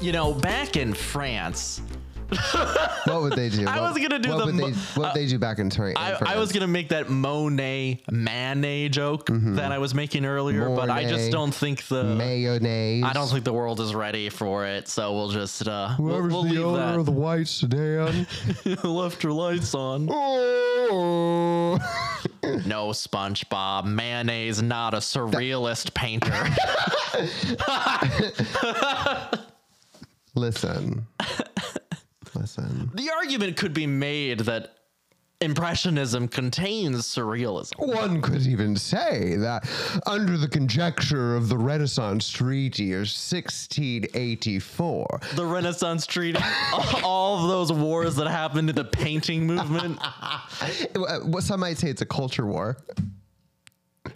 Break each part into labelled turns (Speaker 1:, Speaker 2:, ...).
Speaker 1: you know, back in France,
Speaker 2: What would they do?
Speaker 1: I
Speaker 2: What-
Speaker 1: was gonna do
Speaker 2: what
Speaker 1: the
Speaker 2: Would
Speaker 1: mo-
Speaker 2: they, what would they do back in Tori?
Speaker 1: I, I was gonna make that Monet Manet joke
Speaker 2: Mm-hmm.
Speaker 1: that I was making earlier, but I just
Speaker 2: Mornay,
Speaker 1: don't think the
Speaker 2: mayonnaise.
Speaker 1: uh, I don't think the world is ready for it, so we'll just uh, we'll,
Speaker 2: Whoever's
Speaker 1: we'll
Speaker 2: the
Speaker 1: leave
Speaker 2: owner
Speaker 1: that.
Speaker 2: of the white sedan.
Speaker 1: left her lights on.
Speaker 2: oh.
Speaker 1: No, SpongeBob. Mayonnaise, not a surrealist painter.
Speaker 2: Listen. Listen.
Speaker 1: the argument could be made that Impressionism contains surrealism.
Speaker 2: One could even say that under the conjecture of the Renaissance treaty of 1684,
Speaker 1: The Renaissance treaty, all of those wars that happened in the painting movement
Speaker 2: uh, what some might say it's a culture war.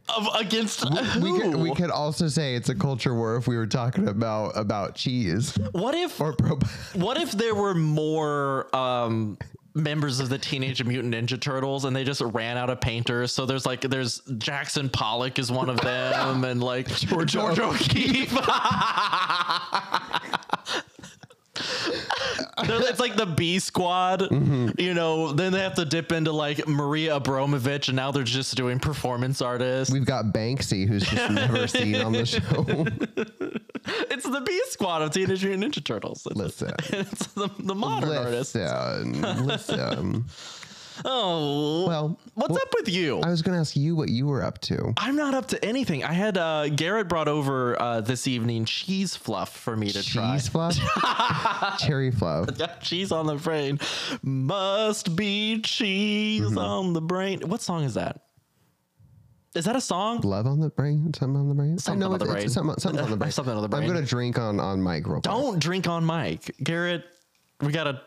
Speaker 1: of against who?
Speaker 2: We could, we could also say it's a culture war if we were talking about about cheese
Speaker 1: what if
Speaker 2: or pro.
Speaker 1: what if there were more um members of the teenage mutant ninja turtles and they just ran out of painters so there's like there's jackson pollock is one of them and like george, o'keefe They're- it's like the b squad
Speaker 2: Mm-hmm.
Speaker 1: you know then they have to dip into like maria abramovich and now they're just doing performance artists
Speaker 2: We've got Banksy, who's just never seen on the show.
Speaker 1: it's the b squad of teenage mutant ninja turtles it's,
Speaker 2: Listen.
Speaker 1: it's the, the modern artist
Speaker 2: Listen, listen.
Speaker 1: oh
Speaker 2: Well,
Speaker 1: What's
Speaker 2: well,
Speaker 1: up with you?
Speaker 2: I was going to ask you what you were up to.
Speaker 1: I'm not up to anything. I had uh, Garrett brought over uh, this evening cheese fluff for me to try.
Speaker 2: Cheese fluff, cherry fluff.
Speaker 1: Yeah, cheese on the brain. Must be cheese
Speaker 2: Mm-hmm.
Speaker 1: on the brain. What song is that? Is that a song?
Speaker 2: Love on the brain, something on the brain.
Speaker 1: Something on the
Speaker 2: it's- it's
Speaker 1: brain.
Speaker 2: Something, something on the brain.
Speaker 1: Something on the brain.
Speaker 2: I'm gonna drink on on mic real quick.
Speaker 1: Don't drink on mic. Garrett, we got to.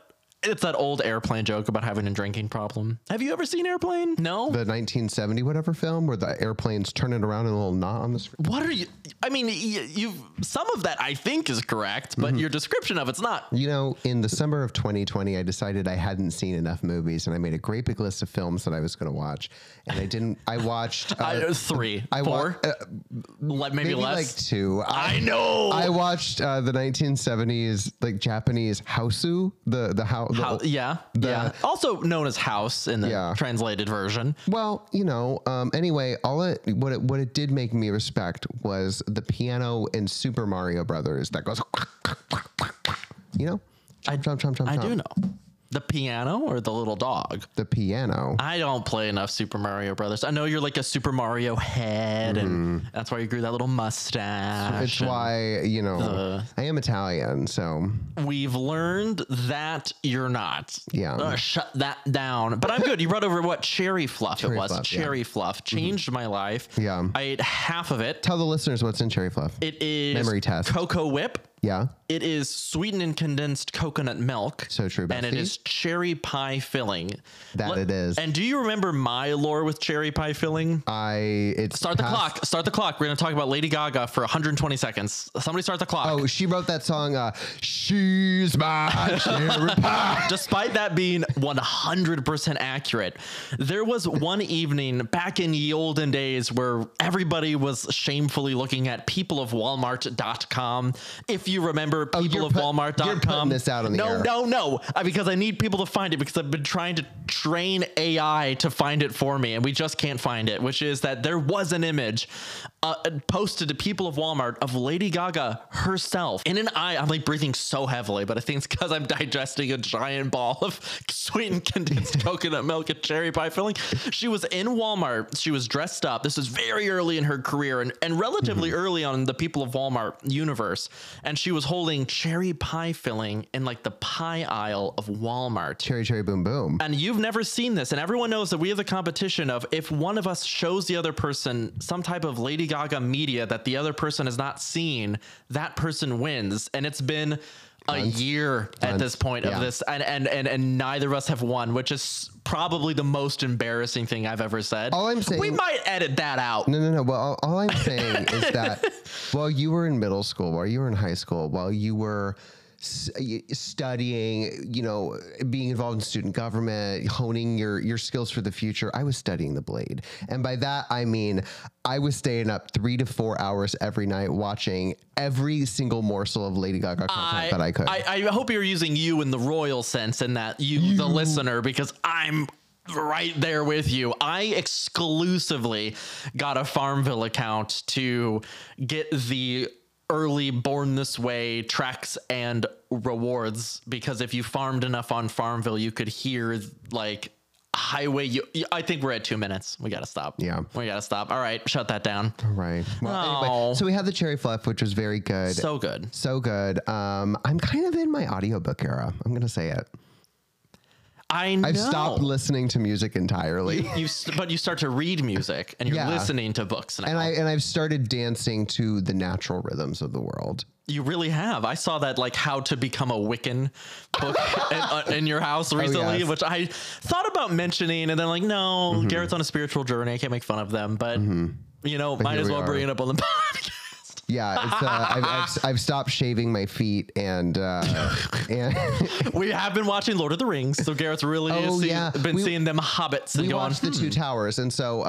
Speaker 1: It's that old airplane joke about having a drinking problem. Have you ever seen Airplane? No.
Speaker 2: The 1970 whatever film where the airplane's turning around and a little knot on the screen.
Speaker 1: what are you? I mean, y- you've some of that I think is correct,
Speaker 2: Mm-hmm.
Speaker 1: but your description of it's not.
Speaker 2: You know, in the summer of 2020, I decided I hadn't seen enough movies, and I made a great big list of films that I was going to watch, and I didn't. I watched. Uh,
Speaker 1: I, three,
Speaker 2: I wa-
Speaker 1: four,
Speaker 2: uh,
Speaker 1: le- maybe,
Speaker 2: maybe
Speaker 1: less.
Speaker 2: like two.
Speaker 1: I know.
Speaker 2: I watched uh, the 1970s like Japanese hausu, the the how, the,
Speaker 1: How- yeah.
Speaker 2: the-
Speaker 1: yeah. Also known as house in the
Speaker 2: Yeah.
Speaker 1: translated version.
Speaker 2: Well, you know. Um, anyway, all it what it what it did make me respect was the piano in Super Mario Brothers that goes. You know, chomp, chomp, chomp, chomp,
Speaker 1: I do
Speaker 2: chomp.
Speaker 1: know. The piano or the little dog?
Speaker 2: the piano.
Speaker 1: I don't play enough Super Mario Brothers. I know you're like a Super Mario head, and that's why you grew that little mustache.
Speaker 2: Mm-hmm. It's why you know I am Italian, so
Speaker 1: and We've learned that you're not.
Speaker 2: Yeah.
Speaker 1: Uh, shut that down. But I'm good. You brought over what cherry fluff it was.
Speaker 2: fluff, yeah. Mm-hmm.
Speaker 1: cherry fluff changed my life.
Speaker 2: Yeah.
Speaker 1: I ate half of it.
Speaker 2: tell the listeners what's in cherry fluff.
Speaker 1: It is
Speaker 2: Memory test.
Speaker 1: Cocoa Whip.
Speaker 2: yeah,
Speaker 1: It is sweetened and condensed coconut milk.
Speaker 2: So true,
Speaker 1: And it
Speaker 2: bestie.
Speaker 1: is cherry pie filling.
Speaker 2: That it is.
Speaker 1: And do you remember my lore with cherry pie
Speaker 2: Uh,
Speaker 1: filling?
Speaker 2: I it's
Speaker 1: Start the
Speaker 2: past-
Speaker 1: clock. Start the clock. We're going to talk about Lady Gaga for 120 seconds. Somebody start the clock.
Speaker 2: Oh, she wrote that song. Uh, She's my cherry pie.
Speaker 1: Despite that being 100% accurate, there was one evening back in ye olden days where everybody was shamefully looking at peopleofwalmart.com. If you remember
Speaker 2: Oh, you're put-
Speaker 1: peopleofwalmart.com.
Speaker 2: you're putting this out on the
Speaker 1: no,
Speaker 2: air.
Speaker 1: No, no, uh, Because I need people to find it because I've been trying to train AI to find it for me and we just can't find it, which is that there was an image uh, posted to people of Walmart of Lady Gaga herself in an eye. I'm like breathing so heavily, but I think it's because I'm digesting a giant ball of sweetened condensed coconut milk and cherry pie filling. She was in Walmart. She was dressed up. This was very early in her career and, and relatively early on in the people of Walmart universe. And she was holding cherry pie filling in like the pie aisle of Walmart.
Speaker 2: Cherry, cherry, boom, boom.
Speaker 1: And you've never seen this, and everyone knows that we have the competition of if one of us shows the other person some type of Lady Gaga media that the other person has not seen, that person wins. And it's been a year at this point
Speaker 2: Yeah.
Speaker 1: of this, and, and and and neither of us have won, which is probably the most embarrassing thing I've ever said.
Speaker 2: All I'm
Speaker 1: we
Speaker 2: saying-
Speaker 1: might edit that out.
Speaker 2: No, no, no. Well, all, all I'm saying is that while you were in middle school, while you were in high school, while you were s- y- studying, you know, being involved in student government, honing your your skills for the future. I was studying the blade, and by that I mean I was staying up three to four hours every night watching every single morsel of Lady Gaga content that I could.
Speaker 1: I, I hope you're using you in the royal sense and that you, the listener, because I'm right there with you. I exclusively got a Farmville account to get the early Born This Way tracks and rewards because if you farmed enough on Farmville, you could hear like highway you i think we're at two minutes we gotta stop
Speaker 2: Yeah.
Speaker 1: we gotta stop all right shut that down
Speaker 2: right. Well,
Speaker 1: Oh.
Speaker 2: anyway, so we had the cherry fluff, which was very good.
Speaker 1: so good
Speaker 2: So good. Um, I'm kind of in my audiobook era. I'm going to say it.
Speaker 1: i know
Speaker 2: I've stopped listening to music entirely.
Speaker 1: you s- but you start to read music and you're
Speaker 2: Yeah.
Speaker 1: listening to books now.
Speaker 2: And I and I've started dancing to the natural rhythms of the world.
Speaker 1: you really have. I saw that like how to become a Wiccan book in, uh, in your house recently,
Speaker 2: Oh, yes. Mm-hmm.
Speaker 1: which I thought about mentioning, and then like no, Garrett's on a spiritual journey. I can't make fun of them, but you know, might
Speaker 2: here
Speaker 1: as
Speaker 2: we
Speaker 1: well
Speaker 2: are.
Speaker 1: bring it up on the podcast.
Speaker 2: Yeah, it's, uh, I've, I've I've stopped shaving my feet and uh, and
Speaker 1: we have been watching Lord of the Rings, so Garrett's really
Speaker 2: Oh,
Speaker 1: seen-
Speaker 2: yeah.
Speaker 1: been
Speaker 2: We-
Speaker 1: seeing them hobbits and
Speaker 2: we
Speaker 1: going.
Speaker 2: watched the two towers. And so, uh,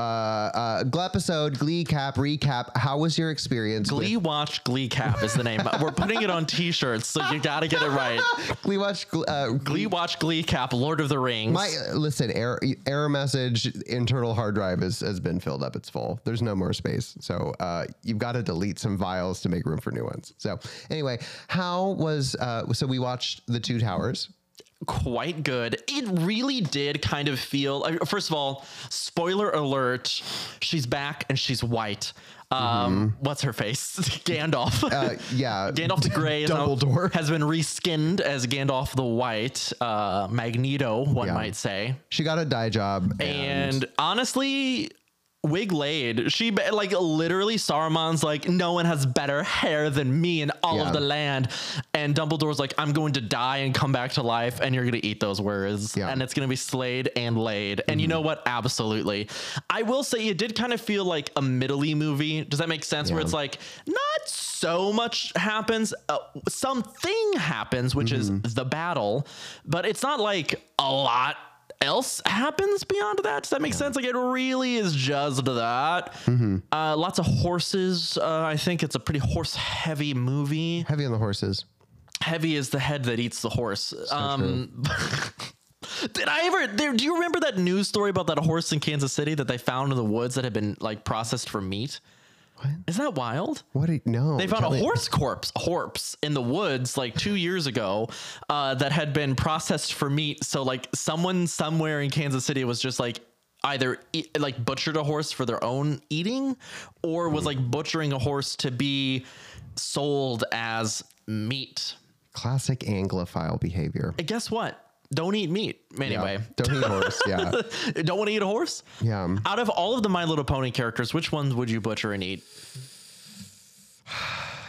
Speaker 2: uh, Glepisode, Glee Cap, recap. How was your experience?
Speaker 1: Glee Watch Glee Cap is the name. We're putting it on T-shirts, so you got to get it right.
Speaker 2: With, we watched Gl- uh,
Speaker 1: Glee Watch Glee Cap, Lord of the Rings.
Speaker 2: My uh, listen, error, error message internal hard drive has, has been filled up. It's full. There's no more space. So uh, you've got to delete some files to make room for new ones. So anyway, how was uh, so we watched the two towers.
Speaker 1: quite good. It really did kind of feel. I- First of all, spoiler alert: she's back and she's white. Um, what's her face? Gandalf.
Speaker 2: Mm-hmm. Uh, yeah,
Speaker 1: Gandalf the Grey is now-
Speaker 2: Dumbledore.
Speaker 1: has been reskinned as Gandalf the White, uh, Magneto, one
Speaker 2: Yeah.
Speaker 1: might say.
Speaker 2: she got a dye job, and,
Speaker 1: And honestly, wig laid. She ba- like literally Saruman's like, no one has better hair than me in all
Speaker 2: Yeah.
Speaker 1: of the land. And Dumbledore's like, I'm going to die and come back to life, and you're gonna eat those words,
Speaker 2: Yeah.
Speaker 1: and it's gonna be slayed and laid. And you know what? Absolutely. I will say it did kind of feel like a middly movie. Does that make sense? Where it's like not so much happens. Uh, something happens, which is the battle, but it's not like a lot else happens beyond that. Does that make sense? Like it really is just that. Uh, lots of horses. Uh, I think it's a pretty horse heavy movie.
Speaker 2: heavy on the horses.
Speaker 1: Heavy is the head that eats the horse. um, did I ever? There, do you remember that news story about that horse in Kansas City that they found in the woods that had been like processed for meat?
Speaker 2: What?
Speaker 1: Isn't that wild?
Speaker 2: What? Did, no,
Speaker 1: They found
Speaker 2: tell
Speaker 1: a
Speaker 2: me-
Speaker 1: horse corpse, a horse in the woods like two years ago uh, that had been processed for meat. So like someone somewhere in Kansas City was just like either e- like butchered a horse for their own eating or
Speaker 2: Hmm.
Speaker 1: was like butchering a horse to be sold as meat.
Speaker 2: Classic Anglophile behavior.
Speaker 1: And guess what? Don't eat meat anyway.
Speaker 2: Yeah, don't eat horse. Yeah,
Speaker 1: Don't want to eat a horse?
Speaker 2: yeah.
Speaker 1: Out of all of the My Little Pony characters, which ones would you butcher and eat?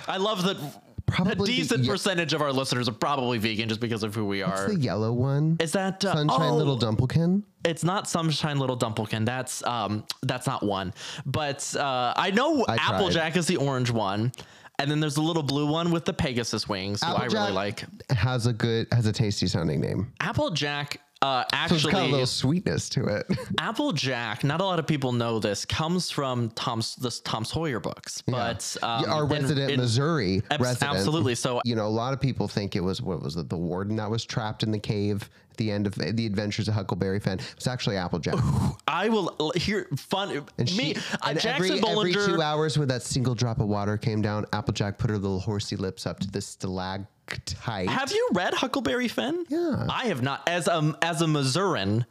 Speaker 1: I love that.
Speaker 2: Probably
Speaker 1: a
Speaker 2: the
Speaker 1: decent
Speaker 2: ye-
Speaker 1: percentage of our listeners are probably vegan just because of who we
Speaker 2: It's
Speaker 1: are.
Speaker 2: the yellow one.
Speaker 1: Is that uh,
Speaker 2: Sunshine
Speaker 1: oh,
Speaker 2: Little Dumplekin.
Speaker 1: It's not Sunshine Little Dumplekin. That's um, that's not one. But uh, I know
Speaker 2: I tried.
Speaker 1: Applejack is the orange one, and then there's the little blue one with the Pegasus wings, who I really
Speaker 2: Applejack-
Speaker 1: like.
Speaker 2: Has a good, has a tasty sounding name.
Speaker 1: Applejack uh,
Speaker 2: So it's got a
Speaker 1: actually
Speaker 2: little sweetness to it.
Speaker 1: Applejack, not a lot of people know this, comes from Tom's this Tom Sawyer books, but um,
Speaker 2: Our
Speaker 1: in-
Speaker 2: resident
Speaker 1: in-
Speaker 2: Missouri
Speaker 1: abs-
Speaker 2: resident.
Speaker 1: absolutely. So
Speaker 2: You know, a lot of people think it was what was it, the warden that was trapped in the cave at the end of the Adventures of Huckleberry Finn. It's actually Applejack.
Speaker 1: I will l- hear fun. me,
Speaker 2: She-
Speaker 1: uh,
Speaker 2: and
Speaker 1: Jackson
Speaker 2: every, every
Speaker 1: Bollinger.
Speaker 2: two hours when that single drop of water came down, Applejack put her little horsey lips up to the stalactite.
Speaker 1: have you read Huckleberry Finn?
Speaker 2: Yeah.
Speaker 1: I have not. As a as a Missouran,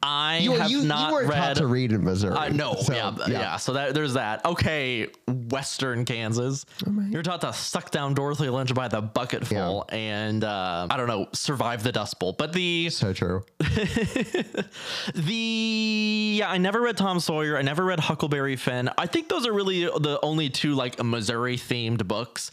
Speaker 1: I
Speaker 2: you,
Speaker 1: have
Speaker 2: you,
Speaker 1: not
Speaker 2: you weren't taught
Speaker 1: read.
Speaker 2: to read in Missouri.
Speaker 1: I know.
Speaker 2: So,
Speaker 1: yeah, yeah, So that, there's that. Okay, Western Kansas. You're taught to suck down Dorothy Lynch by the bucketful, and uh, I don't know, survive the Dust Bowl. But the
Speaker 2: So true.
Speaker 1: The yeah, I never read Tom Sawyer. I never read Huckleberry Finn. I think those are really the only two like Missouri themed books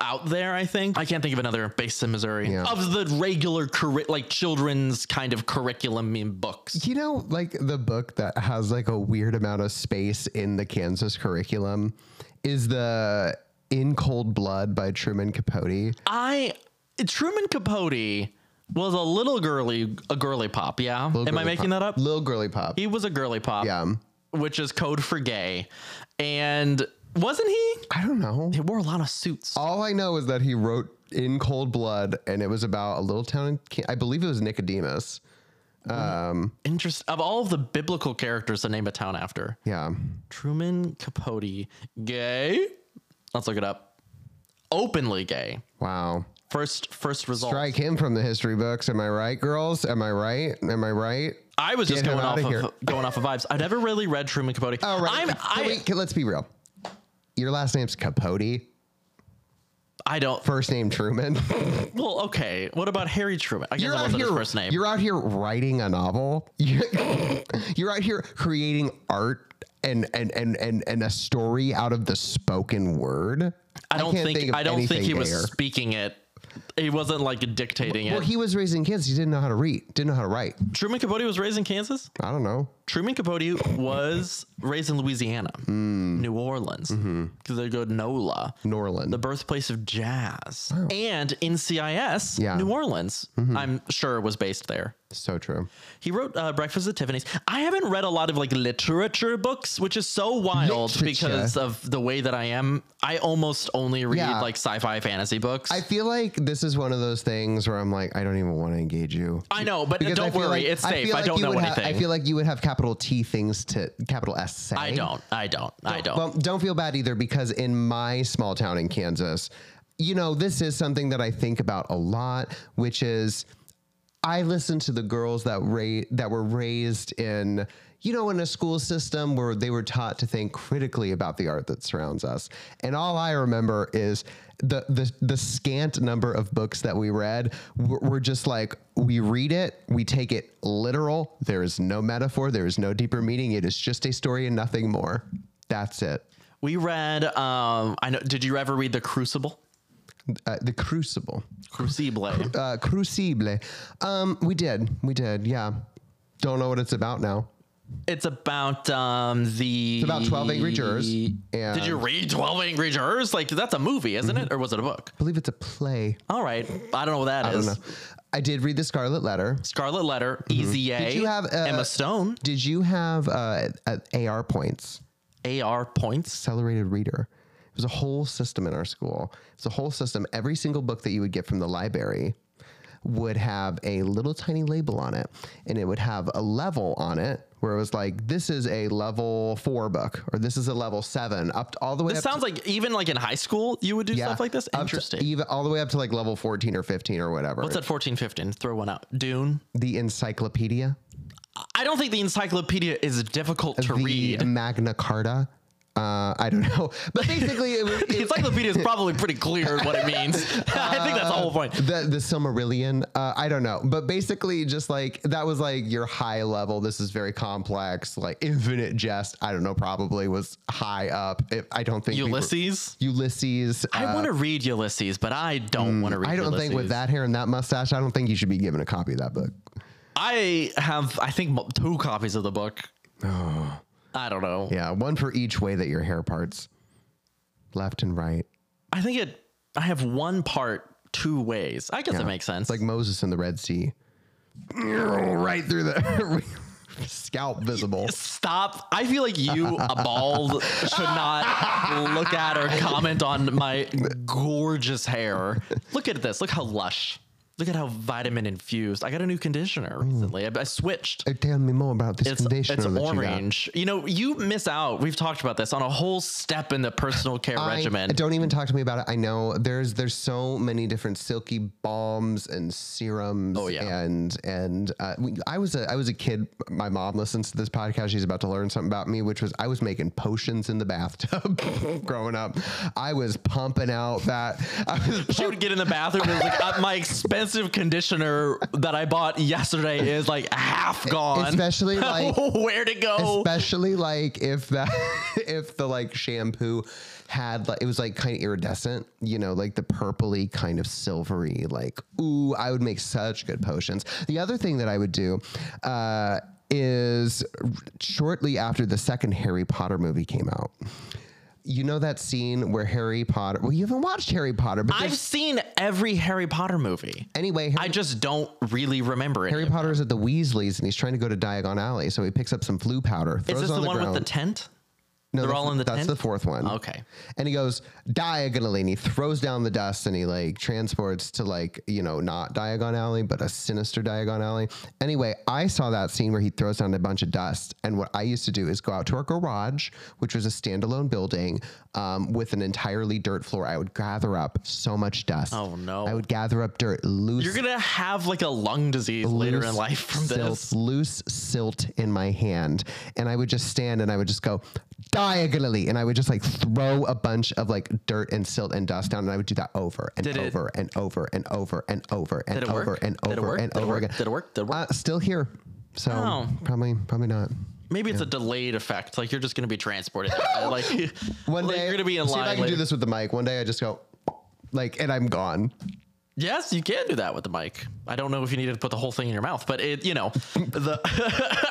Speaker 1: out there. I think Mm-hmm. I can't think of another based in Missouri
Speaker 2: Yeah.
Speaker 1: of the regular curri- like children's kind of curriculum in books.
Speaker 2: You know, like the book that has like a weird amount of space in the Kansas curriculum is the In Cold Blood by Truman Capote.
Speaker 1: I Truman Capote was a little girly, a girly pop. Yeah. Am I
Speaker 2: girly
Speaker 1: making that up?
Speaker 2: Lil Girly Pop.
Speaker 1: He was a girly pop.
Speaker 2: yeah.
Speaker 1: Which is code for gay. And wasn't he?
Speaker 2: I don't know.
Speaker 1: He wore a lot of suits.
Speaker 2: All I know is that he wrote in cold blood and it was about a little town in Can- I believe it was Nicodemus.
Speaker 1: Interest of all of the biblical characters to name a town after.
Speaker 2: Yeah.
Speaker 1: Truman Capote, gay. Let's look it up. Openly gay.
Speaker 2: Wow.
Speaker 1: First, first result.
Speaker 2: Strike him from the history books. Am I right, girls? Am I right? Am I right?
Speaker 1: I was just
Speaker 2: Get him
Speaker 1: going off
Speaker 2: outta
Speaker 1: of
Speaker 2: here.
Speaker 1: going off of vibes. I never really read Truman Capote.
Speaker 2: All right.
Speaker 1: I'm,
Speaker 2: Can
Speaker 1: I,
Speaker 2: we- can- let's be real. Your last name's Capote,
Speaker 1: I don't.
Speaker 2: first name Truman.
Speaker 1: Well, okay. What about Harry Truman? I guess that wasn't his first name.
Speaker 2: You're out here writing a novel. You're, you're out here creating art and and, and and and a story out of the spoken word.
Speaker 1: I don't
Speaker 2: can't
Speaker 1: think,
Speaker 2: of
Speaker 1: I don't think
Speaker 2: anything
Speaker 1: he was
Speaker 2: gayer.
Speaker 1: speaking it. He wasn't like dictating
Speaker 2: Well,
Speaker 1: it.
Speaker 2: he was raising kids. He didn't know how to read. Didn't know how to write.
Speaker 1: Truman Capote was raised in Kansas.
Speaker 2: I don't know.
Speaker 1: Truman Capote was raised in Louisiana,
Speaker 2: Hmm.
Speaker 1: New Orleans, because
Speaker 2: Mm-hmm.
Speaker 1: they go to NOLA,
Speaker 2: Norland.
Speaker 1: the birthplace of jazz, and NCIS,
Speaker 2: Oh. Yeah. Mm-hmm.
Speaker 1: New Orleans. I'm sure was based there.
Speaker 2: so true.
Speaker 1: He wrote uh, Breakfast at Tiffany's. I haven't read a lot of like literature books, which is so wild
Speaker 2: Literature.
Speaker 1: because of the way that I am. I almost only read
Speaker 2: Yeah.
Speaker 1: like sci-fi fantasy books.
Speaker 2: I
Speaker 1: I,
Speaker 2: feel like this is one of those things where I'm like, I don't even want to engage you.
Speaker 1: know, but
Speaker 2: Because I
Speaker 1: don't
Speaker 2: feel
Speaker 1: worry,
Speaker 2: like-
Speaker 1: it's
Speaker 2: I
Speaker 1: safe.
Speaker 2: feel
Speaker 1: I,
Speaker 2: like
Speaker 1: don't
Speaker 2: you
Speaker 1: know
Speaker 2: would have-
Speaker 1: anything.
Speaker 2: I feel like you would have capital T things to capital S say.
Speaker 1: I don't. I don't. I don't.
Speaker 2: Well, don't feel bad either because in my small town in Kansas, you know, this is something that I think about a lot, which is I listen to the girls that ra- that were raised in you know in a school system where they were taught to think critically about the art that surrounds us. And all I remember is the the the scant number of books that we read were, were just like we read it, we take it literal. There is no metaphor, there is no deeper meaning. It is just a story and nothing more. That's it.
Speaker 1: we read. Um, I know. Did you ever read The Crucible?
Speaker 2: Uh, the Crucible.
Speaker 1: Crucible.
Speaker 2: Uh, Crucible. Um, we did. We did. Yeah. Don't know what it's about now.
Speaker 1: it's about um the. It's
Speaker 2: about 12 Angry Jurors,
Speaker 1: Did
Speaker 2: and-
Speaker 1: you read Twelve Angry Jurors? Like that's a movie, isn't
Speaker 2: Mm-hmm.
Speaker 1: it, or was it a book?
Speaker 2: believe it's a play.
Speaker 1: All right, I don't know what that is.
Speaker 2: I don't know. I did read the Scarlet Letter.
Speaker 1: Scarlet Letter, Easy A.
Speaker 2: Did you have, uh,
Speaker 1: Emma Stone?
Speaker 2: Did you have uh, uh, AR points?
Speaker 1: AR points.
Speaker 2: Accelerated reader. It was a whole system in our school. It's a whole system. Every single book that you would get from the library would have a little tiny label on it, and it would have a level on it where it was like, "This is a level four book," or "This is a level seven, up to, all the way
Speaker 1: This
Speaker 2: up to
Speaker 1: sounds like even like in high school you would do stuff like this.
Speaker 2: up to
Speaker 1: Interesting.
Speaker 2: even all the way up to like level fourteen or fifteen or whatever.
Speaker 1: What's at 14, 15? Throw one out. Dune.
Speaker 2: the encyclopedia,
Speaker 1: I don't think the encyclopedia is difficult to
Speaker 2: the
Speaker 1: read.
Speaker 2: Magna Carta. Uh, I don't know, but basically, it was
Speaker 1: The encyclopedia is probably pretty clear what it means. I think that's the whole point.
Speaker 2: the the Silmarillion. Uh, I don't know, but basically, just like that was like your high level. This is very complex, like infinite jest. I don't know. Probably was high up. If, I don't think people-
Speaker 1: Ulysses.
Speaker 2: Ulysses. uh, mm,
Speaker 1: I want to read Ulysses, but I don't want to read
Speaker 2: I don't think with
Speaker 1: Ulysses.
Speaker 2: that hair and that mustache, I don't think you should be given a copy of that book.
Speaker 1: I have, I think, mo- two copies of the book. I don't know.
Speaker 2: Oh. Yeah, one for each way that your hair parts, left and right,
Speaker 1: I think it, I have one part two ways. I guess it makes sense.
Speaker 2: like Moses in the Red Sea, right through the scalp visible.
Speaker 1: Stop. I feel like you, a bald, should not look at or comment on my gorgeous hair. Look at this. Look how lush. Look at how vitamin infused. I got a new conditioner
Speaker 2: Mm.
Speaker 1: recently. I, I switched.
Speaker 2: Uh, Tell me more about this
Speaker 1: It's,
Speaker 2: conditioner
Speaker 1: it's
Speaker 2: that you got.
Speaker 1: orange. You, know, you miss out. We've talked about this on a whole step in the personal care
Speaker 2: I-
Speaker 1: regimen.
Speaker 2: Don't even talk to me about it. I know there's there's so many different silky balms and serums. Oh
Speaker 1: yeah.
Speaker 2: and and uh, we- I was a I was a kid. My mom listens to this podcast. She's about to learn something about me, which was I was making potions in the bathtub growing up. I was pumping out that I was
Speaker 1: she would get in the bathroom and was like, "Uh, my expensive conditioner that I bought yesterday is like half gone.
Speaker 2: especially, like-
Speaker 1: where to go?
Speaker 2: especially like if that if the like shampoo had like it was like kind of iridescent you know like the purpley kind of silvery like ooh i would make such good potions the other thing that i would do uh is shortly after the second harry potter movie came out You know that scene where Harry Potter? Well, you haven't watched Harry Potter, but
Speaker 1: I've
Speaker 2: there's-
Speaker 1: seen every Harry Potter movie.
Speaker 2: anyway, Harry,
Speaker 1: I just don't really remember it.
Speaker 2: Harry Potter's at the Weasleys and he's trying to go to Diagon Alley, so he picks up some flu powder,
Speaker 1: Is
Speaker 2: throws
Speaker 1: this
Speaker 2: it on
Speaker 1: the,
Speaker 2: the,
Speaker 1: one
Speaker 2: ground.
Speaker 1: with the tent?
Speaker 2: no,
Speaker 1: They're
Speaker 2: that's
Speaker 1: all
Speaker 2: the-
Speaker 1: in the
Speaker 2: That's
Speaker 1: tent?
Speaker 2: the fourth one.
Speaker 1: Okay.
Speaker 2: And he goes diagonally, and he throws down the dust, and he like transports to like you know not Diagon Alley, but a sinister Diagon Alley. Anyway, I saw that scene where he throws down a bunch of dust, and what I used to do is go out to our garage, which was a standalone building um, with an entirely dirt floor. I would gather up so much dust.
Speaker 1: Oh, no.
Speaker 2: I would gather up dirt, loose
Speaker 1: You're gonna have like a lung disease later in
Speaker 2: loose
Speaker 1: life from
Speaker 2: silt,
Speaker 1: this.
Speaker 2: Loose silt in my hand, and I would just stand and I would just go diagonally, and I would just like throw a bunch of like dirt and silt and dust down, and I would do that over and
Speaker 1: Did it-
Speaker 2: over and over and over and over and
Speaker 1: Did it
Speaker 2: over
Speaker 1: work?
Speaker 2: and
Speaker 1: Did it
Speaker 2: over
Speaker 1: work?
Speaker 2: and
Speaker 1: Did it
Speaker 2: over
Speaker 1: work?
Speaker 2: again.
Speaker 1: Did it work? Did it work?
Speaker 2: Uh, still here, so
Speaker 1: Oh.
Speaker 2: probably probably not.
Speaker 1: Maybe it's a delayed effect. Like you're just gonna be transported. there. like
Speaker 2: One
Speaker 1: like,
Speaker 2: day
Speaker 1: you're gonna be in
Speaker 2: see
Speaker 1: line.
Speaker 2: if I can
Speaker 1: later.
Speaker 2: do this with the mic. One day I just go like, and I'm gone.
Speaker 1: Yes, you can do that with the mic. I don't know if you needed to put the whole thing in your mouth, but it, you know, the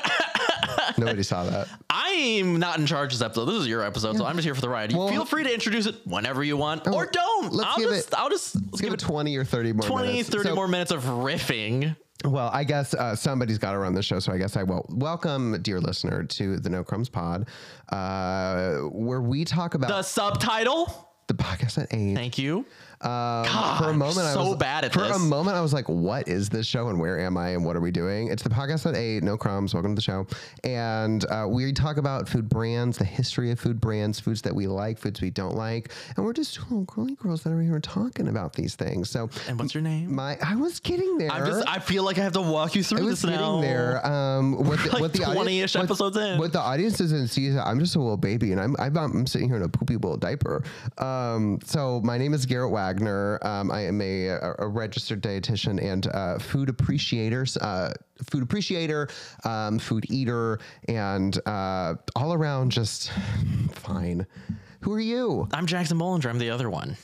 Speaker 2: Nobody saw that.
Speaker 1: I'm not in charge this episode. This is your episode, so I'm just here for the ride. You
Speaker 2: Well- Oh,
Speaker 1: feel free to introduce it whenever you want, or don't.
Speaker 2: let's
Speaker 1: I'll
Speaker 2: give
Speaker 1: just,
Speaker 2: it-
Speaker 1: I'll just let's
Speaker 2: Let's give it 20 or 30 more
Speaker 1: 20,
Speaker 2: minutes.
Speaker 1: 30
Speaker 2: So-
Speaker 1: more minutes of riffing.
Speaker 2: Well, I guess uh, somebody's got to run the show, so I guess I will. Welcome, dear listener, to the No Crumbs Pod, uh, where we talk about
Speaker 1: The subtitle.
Speaker 2: the podcast at eight.
Speaker 1: Thank you.
Speaker 2: Um,
Speaker 1: God,
Speaker 2: for a
Speaker 1: I'm
Speaker 2: moment, I
Speaker 1: so
Speaker 2: was
Speaker 1: bad at
Speaker 2: for
Speaker 1: this.
Speaker 2: a moment. I was like, "What is this show? And where am I? And what are we doing?" It's the podcast at eight. No crumbs. Welcome to the show, and uh, we talk about food brands, the history of food brands, foods that we like, foods we don't like, and we're just two little girly girls that are here talking about these things. So,
Speaker 1: And what's your name?
Speaker 2: my I was getting there.
Speaker 1: I'm just. I feel like I have to walk you
Speaker 2: I
Speaker 1: through
Speaker 2: was
Speaker 1: this
Speaker 2: getting
Speaker 1: now.
Speaker 2: there. Um, what the,
Speaker 1: Like
Speaker 2: what the
Speaker 1: 20-ish
Speaker 2: what-
Speaker 1: episodes in.
Speaker 2: What the audience doesn't see is that I'm just a little baby, and I'm I'm, I'm sitting here in a poopy little diaper. Um, so my name is Garrett Wagner. Um, I am a, a, a registered dietitian and uh, food appreciators. Uh, food appreciator, um, food eater, and uh, all around just fine. Who are you?
Speaker 1: I'm Jackson Bollinger. I'm the other one.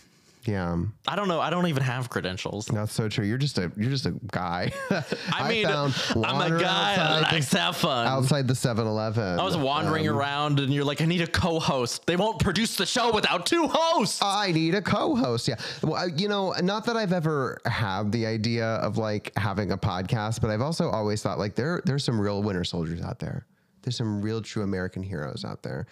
Speaker 2: Yeah,
Speaker 1: I don't know. I don't even have credentials.
Speaker 2: that's so true. You're just a you're just a guy.
Speaker 1: I mean, I'm a
Speaker 2: water
Speaker 1: guy Oh, that
Speaker 2: outside the
Speaker 1: likes to have fun.
Speaker 2: outside the 7-Eleven.
Speaker 1: I was wandering around and you're like, I need a co host. They won't produce the show without two hosts.
Speaker 2: I need a co-host. Yeah. Well, I- you know, not that I've ever had the idea of like having a podcast, but I've also always thought like there there's some real winter soldiers out there. There's some real true American heroes out there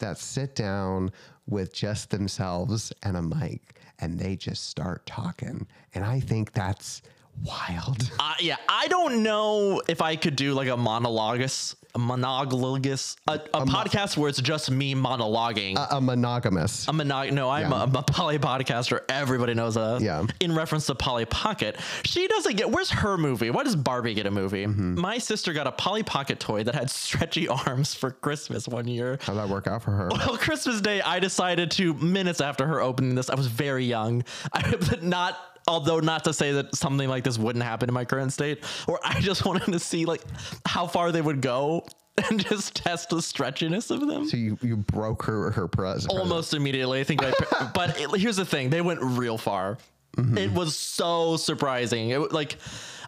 Speaker 2: that sit down with just themselves and a mic and they just start talking. And I think that's wild.
Speaker 1: Uh, yeah, I don't know if I could do like a monologus, a monologus, a, a podcast where it's just me monologuing.
Speaker 2: A, a monogamous.
Speaker 1: I'm a monog- no, I'm, a, I'm a poly podcaster. Everybody knows that.
Speaker 2: Yeah.
Speaker 1: In reference to Polly Pocket, she doesn't get. Where's her movie? Why does Barbie get a movie?
Speaker 2: Mm-hmm.
Speaker 1: My sister got a Polly Pocket toy that had stretchy arms for Christmas one year.
Speaker 2: How'd that work out for her?
Speaker 1: Well, Christmas Day, I decided to minutes after her opening this. I was very young. I but not. Although not to say that something like this wouldn't happen in my current state, or I just wanted to see like how far they would go and just test the stretchiness of them.
Speaker 2: So you, you broke her her pres- present.
Speaker 1: Almost immediately, I think. My, par- but it- here's the thing: they went real far.
Speaker 2: Mm-hmm.
Speaker 1: It was so surprising. It wa- like,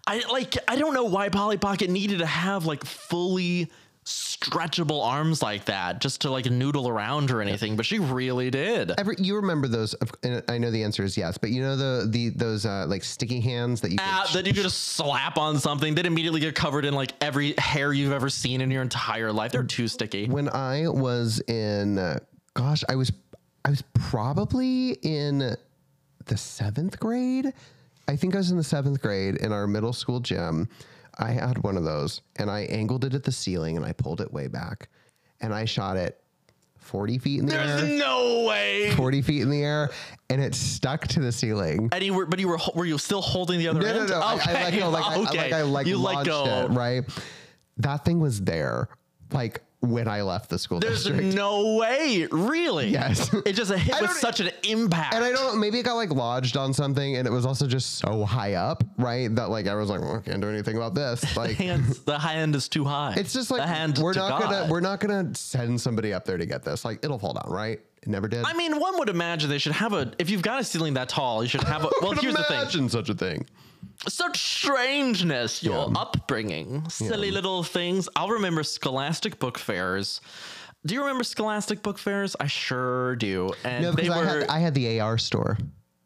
Speaker 1: I like I don't know why Polly Pocket needed to have like fully stretchable arms like that just to like noodle around or anything, but she really did.
Speaker 2: Every, you remember those? of- and I know the answer is yes, but you know the the those uh, like sticky hands that you. can
Speaker 1: Uh, that you could just slap on something, they'd immediately get covered in like every hair you've ever seen in your entire life. They're too sticky.
Speaker 2: when I was in, uh, gosh, I was I was probably in the seventh grade. I think I was in the seventh grade in our middle school gym. I had one of those, and I angled it at the ceiling, and I pulled it way back, and I shot it forty feet in the
Speaker 1: There's
Speaker 2: air.
Speaker 1: no way.
Speaker 2: 40 feet in the air and it stuck to the ceiling.
Speaker 1: And you were, but you were, ho- were you still holding the other
Speaker 2: No,
Speaker 1: end?
Speaker 2: no, no. I- I, let go. Like, I- I, like, I like
Speaker 1: you let
Speaker 2: launched
Speaker 1: go.
Speaker 2: it, right? That thing was there, like when I left the school
Speaker 1: There's
Speaker 2: district.
Speaker 1: no way, really.
Speaker 2: Yes.
Speaker 1: It just it hit with
Speaker 2: don't- e-,
Speaker 1: such an impact.
Speaker 2: And I don't know, maybe it got like lodged on something and it was also just so high up, right? That like I was like, well, I can't do anything about this. Like
Speaker 1: Hands, the high end is too high.
Speaker 2: it's just like
Speaker 1: the hand
Speaker 2: we're
Speaker 1: to
Speaker 2: not
Speaker 1: God.
Speaker 2: gonna we're not gonna send somebody up there to get this. Like it'll fall down, right? It never did.
Speaker 1: I mean, one would imagine they should have a. If you've got a ceiling that tall, you should have a. Well,
Speaker 2: Could
Speaker 1: here's the thing:
Speaker 2: imagine such a thing.
Speaker 1: such strangeness, your upbringing, silly little things. I'll remember Scholastic Book Fairs. Do you remember Scholastic Book Fairs? I sure do. And
Speaker 2: No,
Speaker 1: they
Speaker 2: because
Speaker 1: were.
Speaker 2: I had I had the AR store.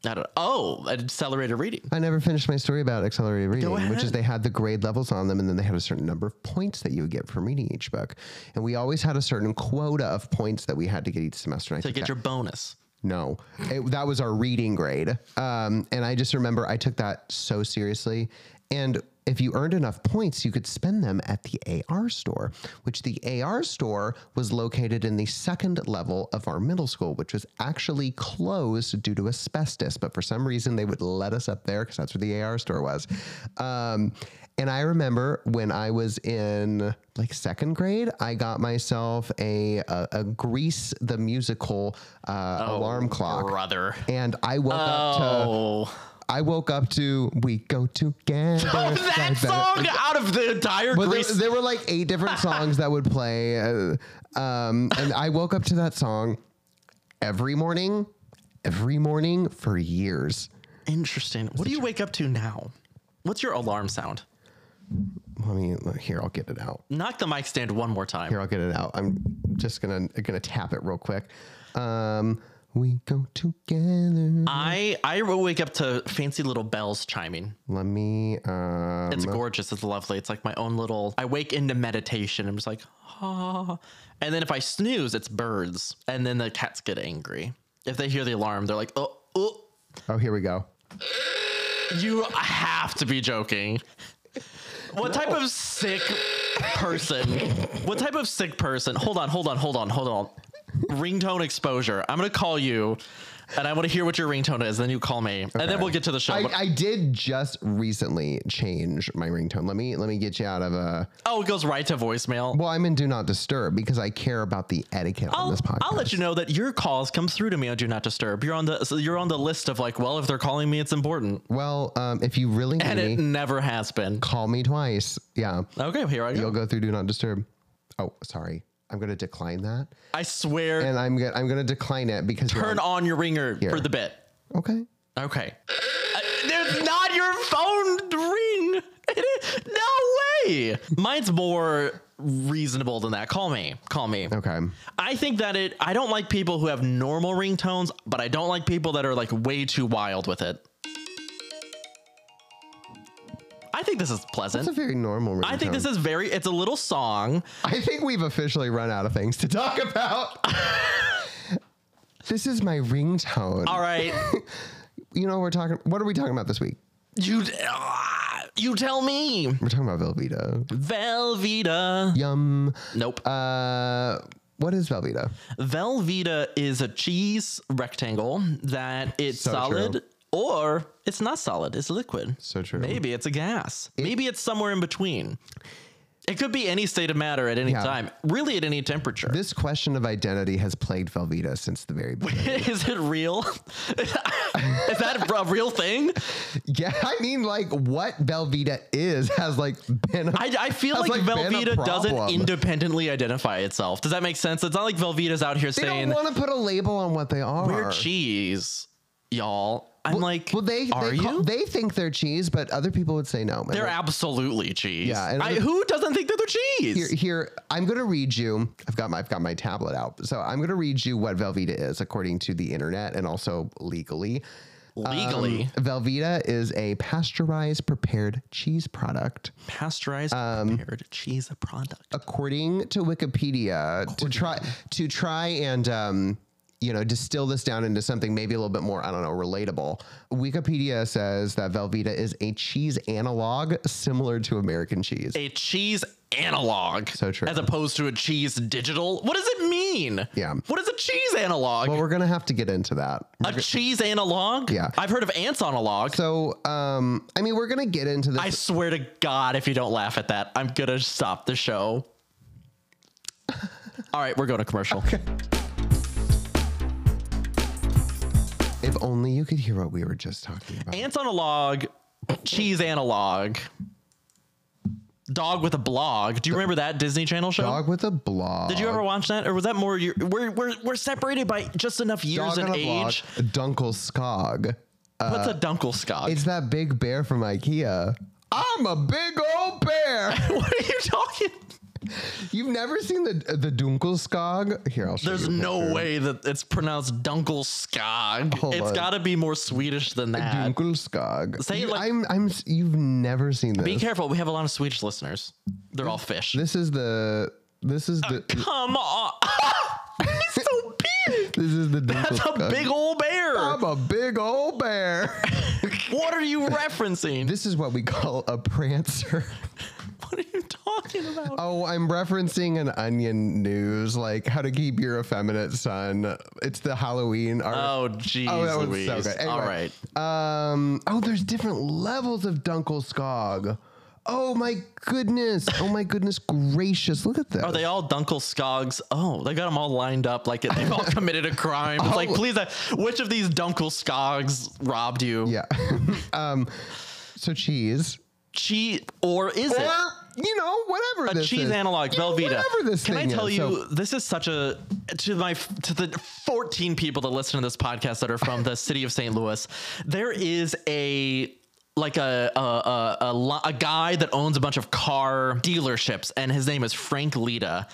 Speaker 1: I don't, oh, accelerated reading.
Speaker 2: I never finished my story about accelerated reading, which is
Speaker 1: ahead.
Speaker 2: they had the grade levels on them, and then they had a certain number of points that you would get from reading each book. And we always had a certain quota of points that we had to get each semester. And I
Speaker 1: to
Speaker 2: took
Speaker 1: get
Speaker 2: that-
Speaker 1: your bonus.
Speaker 2: No, It- that was our reading grade. Um, and I just remember I took that so seriously. And if you earned enough points, you could spend them at the AR store, which the AR store was located in the second level of our middle school, which was actually closed due to asbestos. But for some reason, they would let us up there because that's where the AR store was. Um, and I remember when I was in like second grade, I got myself a a, a Grease the musical uh, alarm clock,
Speaker 1: Brother.
Speaker 2: and I woke up to
Speaker 1: Oh.
Speaker 2: I woke up to "We Go Together."
Speaker 1: that song out of the entire
Speaker 2: But there,
Speaker 1: Grease.
Speaker 2: there were like eight different songs that would play, uh, um, and I woke up to that song every morning, every morning for years.
Speaker 1: Interesting. What do you wake up to now? What's your alarm sound?
Speaker 2: Let me here. I'll get it out.
Speaker 1: Knock the mic stand one more time.
Speaker 2: Here, I'll get it out. I'm just gonna gonna tap it real quick. Um, we go together.
Speaker 1: I I will wake up to fancy little bells chiming.
Speaker 2: Let me. Um,
Speaker 1: It's gorgeous. It's lovely. It's like my own little. I wake into meditation. I'm just like, ah. And then if I snooze, it's birds. And then the cats get angry if they hear the alarm. They're like, oh, oh,
Speaker 2: oh, here we go.
Speaker 1: you have to be joking. What type of sick person? What type of sick person? Hold on, hold on, hold on, hold on. Ringtone exposure. I'm gonna call you, and I want to hear what your ringtone is. Then you call me, and then we'll get to the show.
Speaker 2: I, I did just recently change my ringtone. Let me let me get you out of a.
Speaker 1: oh, it goes right to voicemail.
Speaker 2: Well, I'm in Do Not Disturb because I care about the etiquette on
Speaker 1: I'll,
Speaker 2: this podcast.
Speaker 1: I'll let you know that your calls come through to me on Do Not Disturb. You're on the so you're on the list of like, well, if they're calling me, it's important,
Speaker 2: Well, um, if you really need
Speaker 1: and
Speaker 2: me,
Speaker 1: it never has been.
Speaker 2: call me twice. Yeah,
Speaker 1: Okay, here I
Speaker 2: you'll
Speaker 1: go.
Speaker 2: go through Do Not Disturb. Oh, sorry. I'm gonna decline that,
Speaker 1: I swear,
Speaker 2: and I'm gonna I'm gonna decline it because you're
Speaker 1: turn on your ringer for the bit.
Speaker 2: on- okay.
Speaker 1: Okay, uh, there's not your phone ring. It is, no way. Mine's more reasonable than that. Call me. Call me.
Speaker 2: Okay.
Speaker 1: I think that it. I don't like people who have normal ringtones, but I don't like people that are like way too wild with it. I think this is pleasant.
Speaker 2: It's a very normal. Ringtone.
Speaker 1: I think this is very. It's a little song.
Speaker 2: I think we've officially run out of things to talk about. this is my ringtone.
Speaker 1: All right,
Speaker 2: You know we're talking. What are we talking about this week?
Speaker 1: you. ah, you tell me,
Speaker 2: We're talking about Velveeta.
Speaker 1: Velveeta.
Speaker 2: Yum.
Speaker 1: Nope.
Speaker 2: Uh, what is Velveeta?
Speaker 1: Velveeta is a cheese rectangle that it's
Speaker 2: So
Speaker 1: solid
Speaker 2: true.
Speaker 1: or it's not solid. It's liquid.
Speaker 2: So true.
Speaker 1: Maybe it's a gas. Maybe it's somewhere in between. It could be any state of matter at any
Speaker 2: Yeah.
Speaker 1: time, really at any temperature.
Speaker 2: This question of identity has plagued Velveeta since the very beginning.
Speaker 1: is it real? is that a real thing?
Speaker 2: yeah, I mean, like what Velveeta is has like been. a-
Speaker 1: I, I feel
Speaker 2: That's
Speaker 1: like,
Speaker 2: like been a
Speaker 1: Velveeta doesn't
Speaker 2: problem.
Speaker 1: independently identify itself. Does that make sense? It's not like Velveeta's out here
Speaker 2: they
Speaker 1: saying
Speaker 2: don't want to put a label on what they are.
Speaker 1: we're cheese, y'all. I'm like,
Speaker 2: Well, they
Speaker 1: are
Speaker 2: they,
Speaker 1: you?
Speaker 2: call- they think they're cheese, but other people would say no. man.
Speaker 1: They're absolutely cheese.
Speaker 2: Yeah, and
Speaker 1: I,
Speaker 2: other-
Speaker 1: who doesn't think that they're cheese?
Speaker 2: here, here I'm going to read you. I've got my I've got my tablet out, so I'm going to read you what Velveeta is according to the internet and also legally.
Speaker 1: Legally
Speaker 2: Um, Velveeta is a pasteurized prepared cheese product.
Speaker 1: pasteurized
Speaker 2: um,
Speaker 1: prepared cheese product.
Speaker 2: According to Wikipedia, to try to try and um, you know distill this down into something maybe a little bit more I don't know relatable. Wikipedia says that Velveeta is a cheese analog similar to American cheese.
Speaker 1: A cheese analog,
Speaker 2: So true.
Speaker 1: as opposed to a cheese digital. What does it mean?
Speaker 2: Yeah.
Speaker 1: What is a cheese analog?
Speaker 2: Well, we're gonna have to get into that.
Speaker 1: a cheese analog?
Speaker 2: Yeah.
Speaker 1: I've heard of ants analog.
Speaker 2: So, um, I mean, we're gonna get into this.
Speaker 1: I swear to God, if you don't laugh at that, I'm gonna stop the show. All right, we're going to commercial.
Speaker 2: if only you could hear what we were just talking about.
Speaker 1: Ants analog, cheese analog, dog with a blog. Do you remember that Disney Channel show?
Speaker 2: Dog with a blog.
Speaker 1: Did you ever watch that, or was that more? Your, we're we're we're separated by just enough years
Speaker 2: dog
Speaker 1: and
Speaker 2: on a blog? Uh,
Speaker 1: age.
Speaker 2: Dunkel Skog.
Speaker 1: What's a Dunkelskog?
Speaker 2: It's that big bear from IKEA. I'm a big old bear.
Speaker 1: what are you talking?
Speaker 2: You've never seen the the Dunkelskog? Here, I'll show
Speaker 1: There's
Speaker 2: you a
Speaker 1: no
Speaker 2: picture. Oh
Speaker 1: way that it's pronounced Dunkelskog.
Speaker 2: Hold
Speaker 1: it's
Speaker 2: on.
Speaker 1: got to be more Swedish than that.
Speaker 2: Dunkelskog.
Speaker 1: Say it
Speaker 2: You-
Speaker 1: like-
Speaker 2: I'm. I'm. s- You've never seen this.
Speaker 1: Be careful. We have a lot of Swedish listeners. They're all fish.
Speaker 2: This is the. This is the.
Speaker 1: Come on. He's so big.
Speaker 2: This is the.
Speaker 1: That's a
Speaker 2: Dunkelskog.
Speaker 1: big old bear.
Speaker 2: I'm a big old bear.
Speaker 1: What are you referencing?
Speaker 2: this is what we call a prancer.
Speaker 1: What are you talking about?
Speaker 2: Oh, I'm referencing an Onion news, like how to keep your effeminate son. It's the Halloween. Art.
Speaker 1: Oh, jeez.
Speaker 2: Oh, that was
Speaker 1: Louise.
Speaker 2: so good.
Speaker 1: All
Speaker 2: Anyway,
Speaker 1: right.
Speaker 2: Um. Oh, there's different levels of Dunkelskog. Oh my goodness. Oh my goodness gracious. Look at this.
Speaker 1: Are they all Dunkelskogs? Oh, they got them all lined up like it- they've all committed a crime. It's like,
Speaker 2: Oh.
Speaker 1: please, I, which of these Dunkelskogs robbed you?
Speaker 2: yeah. um. So cheese.
Speaker 1: Cheese, or is
Speaker 2: Or
Speaker 1: it?
Speaker 2: you know whatever
Speaker 1: a
Speaker 2: this
Speaker 1: cheese
Speaker 2: is.
Speaker 1: analog,
Speaker 2: You know,
Speaker 1: Velveeta.
Speaker 2: Whatever this
Speaker 1: Can I
Speaker 2: thing
Speaker 1: tell
Speaker 2: is.
Speaker 1: you,
Speaker 2: So-
Speaker 1: this is such a to my to the 14 people that listen to this podcast that are from the city of St. Louis. There is a like a a, a a lo- a guy that owns a bunch of car dealerships, and his name is Frank Lita.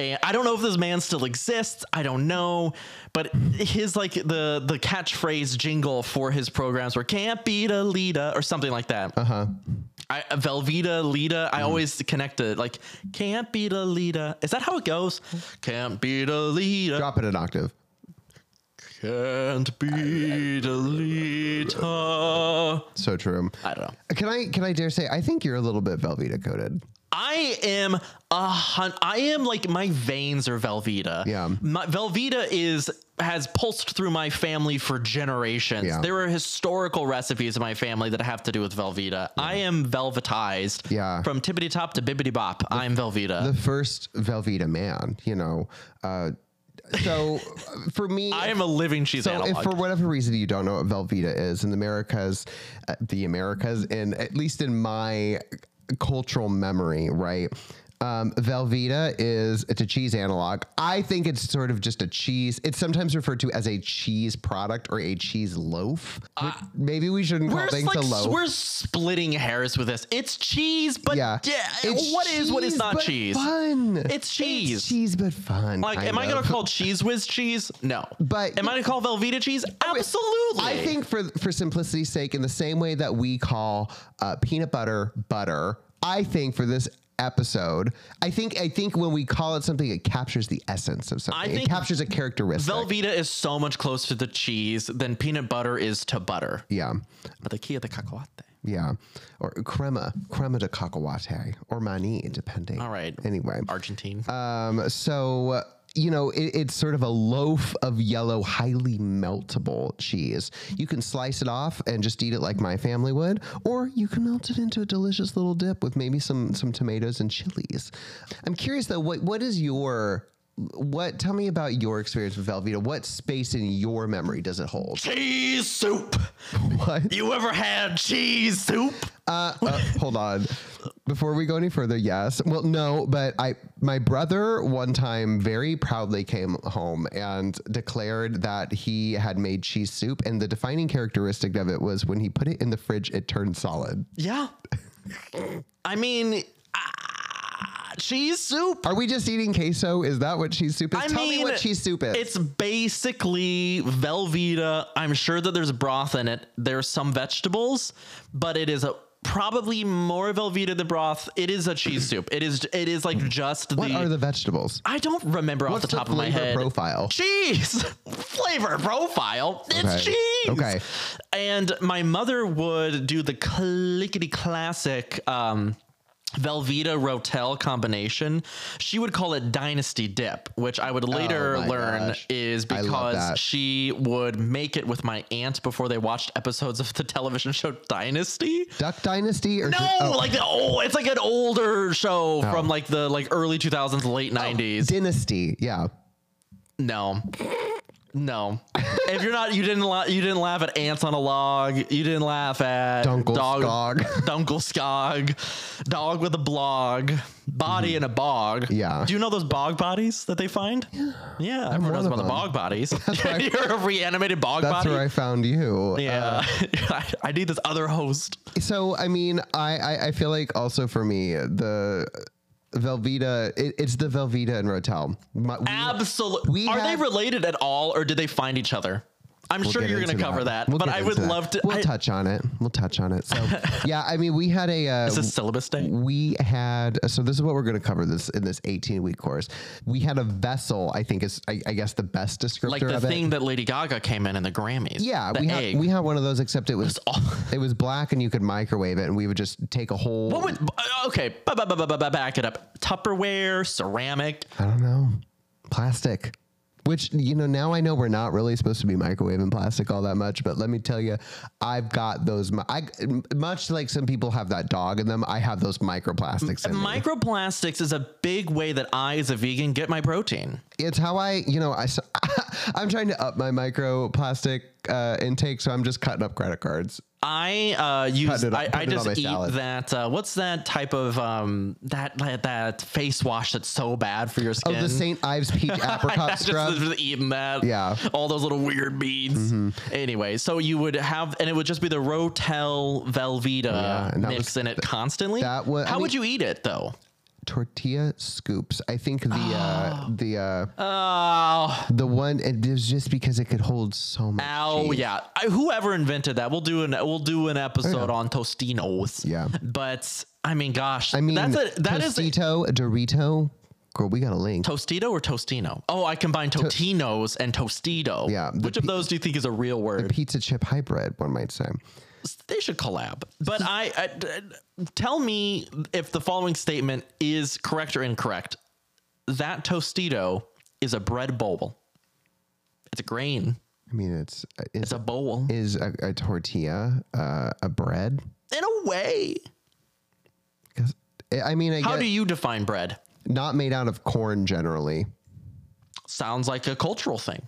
Speaker 1: And I don't know if this man still exists. I don't know, but his like the the catchphrase jingle for his programs were "Can't beat a Lita" or something like that.
Speaker 2: Uh-huh.
Speaker 1: I, Velveeta, Lita.
Speaker 2: Mm.
Speaker 1: I always connect it. Like, can't beat a Lita. Is that how it goes? Can't beat a Lita.
Speaker 2: Drop it an octave.
Speaker 1: Can't beat a Lita. I
Speaker 2: So true.
Speaker 1: don't know.
Speaker 2: Can I can I dare say I think you're a little bit Velveeta coated.
Speaker 1: I am a hun- I am like my veins are Velveeta.
Speaker 2: Yeah.
Speaker 1: My Velveeta is has pulsed through my family for generations.
Speaker 2: Yeah.
Speaker 1: There are historical recipes in my family that have to do with Velveeta. I am velvetized.
Speaker 2: Yeah.
Speaker 1: From tippity top to bibbity bop. I'm Velveeta.
Speaker 2: The first Velveeta man, you know. Uh, so uh, for me,
Speaker 1: I am a living cheese
Speaker 2: so
Speaker 1: analog.
Speaker 2: if for whatever reason you don't know what Velveeta is in the Americas, uh, the Americas, and at least in my cultural memory, right? Um, Velveeta is it's a cheese analog. I think it's sort of just a cheese. It's sometimes referred to as a cheese product or a cheese loaf. Maybe we shouldn't call
Speaker 1: Uh, we're
Speaker 2: things
Speaker 1: like
Speaker 2: a loaf.
Speaker 1: we're splitting hairs with this. It's cheese, but
Speaker 2: yeah.
Speaker 1: yeah,
Speaker 2: It's
Speaker 1: what is what is
Speaker 2: cheese,
Speaker 1: not
Speaker 2: but
Speaker 1: cheese?
Speaker 2: Fun.
Speaker 1: It's cheese.
Speaker 2: cheese, but fun.
Speaker 1: Like, am I
Speaker 2: kind
Speaker 1: gonna
Speaker 2: of.
Speaker 1: call cheese whiz cheese? No.
Speaker 2: But- Oh,
Speaker 1: am I gonna call Velveeta cheese? Absolutely.
Speaker 2: I think for for simplicity's sake, in the same way that we call uh, peanut butter butter, I think for this episode, I think I think when we call it something, it captures the essence of something. it
Speaker 1: think
Speaker 2: captures a characteristic.
Speaker 1: Velveeta is so much closer to cheese than peanut butter is to butter.
Speaker 2: yeah,
Speaker 1: But the key of the cacahuate.
Speaker 2: yeah, or crema, crema de cacahuate, or mani, depending.
Speaker 1: All right.
Speaker 2: Anyway,
Speaker 1: Argentine.
Speaker 2: Um, so uh, you know, it, it's sort of a loaf of yellow, highly meltable cheese. You can slice it off and just eat it like my family would, or you can melt it into a delicious little dip with maybe some some tomatoes and chilies. I'm curious though, what what is your what? Tell me about your experience with Velveeta. What space in your memory does it hold?
Speaker 1: cheese soup.
Speaker 2: What?
Speaker 1: You ever had cheese soup?
Speaker 2: Uh, uh, hold on. Before we go any further, yes. Well, no, but I my brother one time very proudly came home and declared that he had made cheese soup and the defining characteristic of it was when he put it in the fridge it turned solid.
Speaker 1: Yeah. I mean, ah, cheese soup.
Speaker 2: Are we just eating queso? Is that what cheese soup is?
Speaker 1: I
Speaker 2: Tell me
Speaker 1: mean,
Speaker 2: what cheese soup is.
Speaker 1: It's basically Velveeta. I'm sure that there's broth in it. There's some vegetables, but it is a probably more Velveeta than broth. It is a cheese soup. It is it is like just
Speaker 2: Hmm. what
Speaker 1: the,
Speaker 2: are the vegetables?
Speaker 1: I don't remember off
Speaker 2: What's
Speaker 1: the
Speaker 2: the
Speaker 1: top of my
Speaker 2: flavor
Speaker 1: head.
Speaker 2: profile?
Speaker 1: Cheese flavor profile.
Speaker 2: Okay.
Speaker 1: It's cheese.
Speaker 2: Okay.
Speaker 1: And my mother would do the clickety classic um, Velveeta Rotel combination. She would call it Dynasty Dip, which I would later
Speaker 2: Oh my
Speaker 1: learn
Speaker 2: gosh.
Speaker 1: is
Speaker 2: I love that.
Speaker 1: because she would make it with my aunt before they watched episodes of the television show Dynasty.
Speaker 2: Duck Dynasty or
Speaker 1: No,
Speaker 2: just- oh,
Speaker 1: like the old, it's like an older show from like the like early 2000s,
Speaker 2: Oh,
Speaker 1: late 90s.
Speaker 2: Dynasty. Yeah.
Speaker 1: No. No. if you're not you didn't la- you didn't laugh at ants on a log. You didn't laugh at
Speaker 2: Dunkelskog.
Speaker 1: Dunkelskog. Dog with a blog. Body in a bog.
Speaker 2: Yeah.
Speaker 1: Do you know those bog bodies that they find? Yeah. everyone knows about
Speaker 2: one
Speaker 1: the
Speaker 2: of them.
Speaker 1: bog bodies. you're a reanimated bog
Speaker 2: That's Uh,
Speaker 1: body.
Speaker 2: where I found you.
Speaker 1: Yeah. I, I need this other host.
Speaker 2: So I mean, I, I I feel like also for me the Velveeta. It, it's the Velveeta and Rotel. My- we-
Speaker 1: Absolutely.
Speaker 2: We
Speaker 1: Are
Speaker 2: have-
Speaker 1: they related at all, or did they find each other? I'm sure
Speaker 2: get
Speaker 1: you're going to
Speaker 2: into
Speaker 1: cover that,
Speaker 2: We'll
Speaker 1: but
Speaker 2: get
Speaker 1: I
Speaker 2: into
Speaker 1: would
Speaker 2: that.
Speaker 1: love to.
Speaker 2: We'll
Speaker 1: I,
Speaker 2: touch on it. We'll touch on it. So, yeah, I mean, we had a. Uh,
Speaker 1: is this syllabus day?
Speaker 2: we had so this is what we're going to cover this in this 18 week course we had a vessel i think is i, I guess the best descriptor
Speaker 1: Like the
Speaker 2: of
Speaker 1: thing
Speaker 2: it
Speaker 1: that Lady Gaga came in in the Grammys.
Speaker 2: yeah
Speaker 1: the
Speaker 2: we
Speaker 1: egg.
Speaker 2: had we had one of those except it was
Speaker 1: all-
Speaker 2: it was black and you could microwave it and we would just take a whole
Speaker 1: What would uh, okay? ba- ba- ba- ba- ba- ba- Back it up. Tupperware, ceramic.
Speaker 2: i don't know plastic which you know now i know we're not really supposed to be microwaving plastic all that much but let me tell you i've got those mi- I, much like some people have that dog in them i have those microplastics in me.
Speaker 1: Microplastics is a big way that I, as a vegan, get my protein.
Speaker 2: it's how I, you know, I, am trying to up my microplastic uh, intake, so I'm just cutting up credit cards.
Speaker 1: I uh, use.
Speaker 2: it on-
Speaker 1: I,
Speaker 2: put
Speaker 1: I
Speaker 2: it on
Speaker 1: just
Speaker 2: my
Speaker 1: eat
Speaker 2: salad.
Speaker 1: that. Uh, what's that type of um that that, that face wash that's so bad for your
Speaker 2: Oh,
Speaker 1: skin?
Speaker 2: the St. Ives peach
Speaker 1: I
Speaker 2: apricot
Speaker 1: just
Speaker 2: scrub.
Speaker 1: literally eating that.
Speaker 2: Yeah. Mm-hmm.
Speaker 1: All those little weird beads. Anyway, so you would have, and it would just be the Rotel Velveeta
Speaker 2: Oh, and that
Speaker 1: mix
Speaker 2: was-
Speaker 1: in it constantly.
Speaker 2: that was- I
Speaker 1: How would
Speaker 2: mean-
Speaker 1: you eat it though?
Speaker 2: Tortilla scoops. I think the uh, the uh,
Speaker 1: Oh,
Speaker 2: the one it was just because it could hold so much.
Speaker 1: ow,
Speaker 2: cheese.
Speaker 1: yeah. I, whoever invented that, we'll do an we'll do an episode on Tostinos.
Speaker 2: Yeah.
Speaker 1: But I mean, gosh,
Speaker 2: I mean,
Speaker 1: that's a that is a,
Speaker 2: Tostito, Dorito. Girl, we got a link.
Speaker 1: Tostito or Tostino? Oh, I combine Totinos and Tostito.
Speaker 2: Yeah, the
Speaker 1: Which of those do you think is a real word?
Speaker 2: Pizza chip hybrid, one might say.
Speaker 1: they should collab. But I, I- d- d- tell me if the following statement is correct or incorrect. That Tostito is a bread bowl. It's a grain.
Speaker 2: I mean, it's
Speaker 1: It's
Speaker 2: is
Speaker 1: a bowl.
Speaker 2: is a, a tortilla uh, a bread?
Speaker 1: In a way.
Speaker 2: 'Cause- I mean, I
Speaker 1: How
Speaker 2: guess,
Speaker 1: do you define bread?
Speaker 2: not made out of corn generally.
Speaker 1: Sounds like a cultural thing.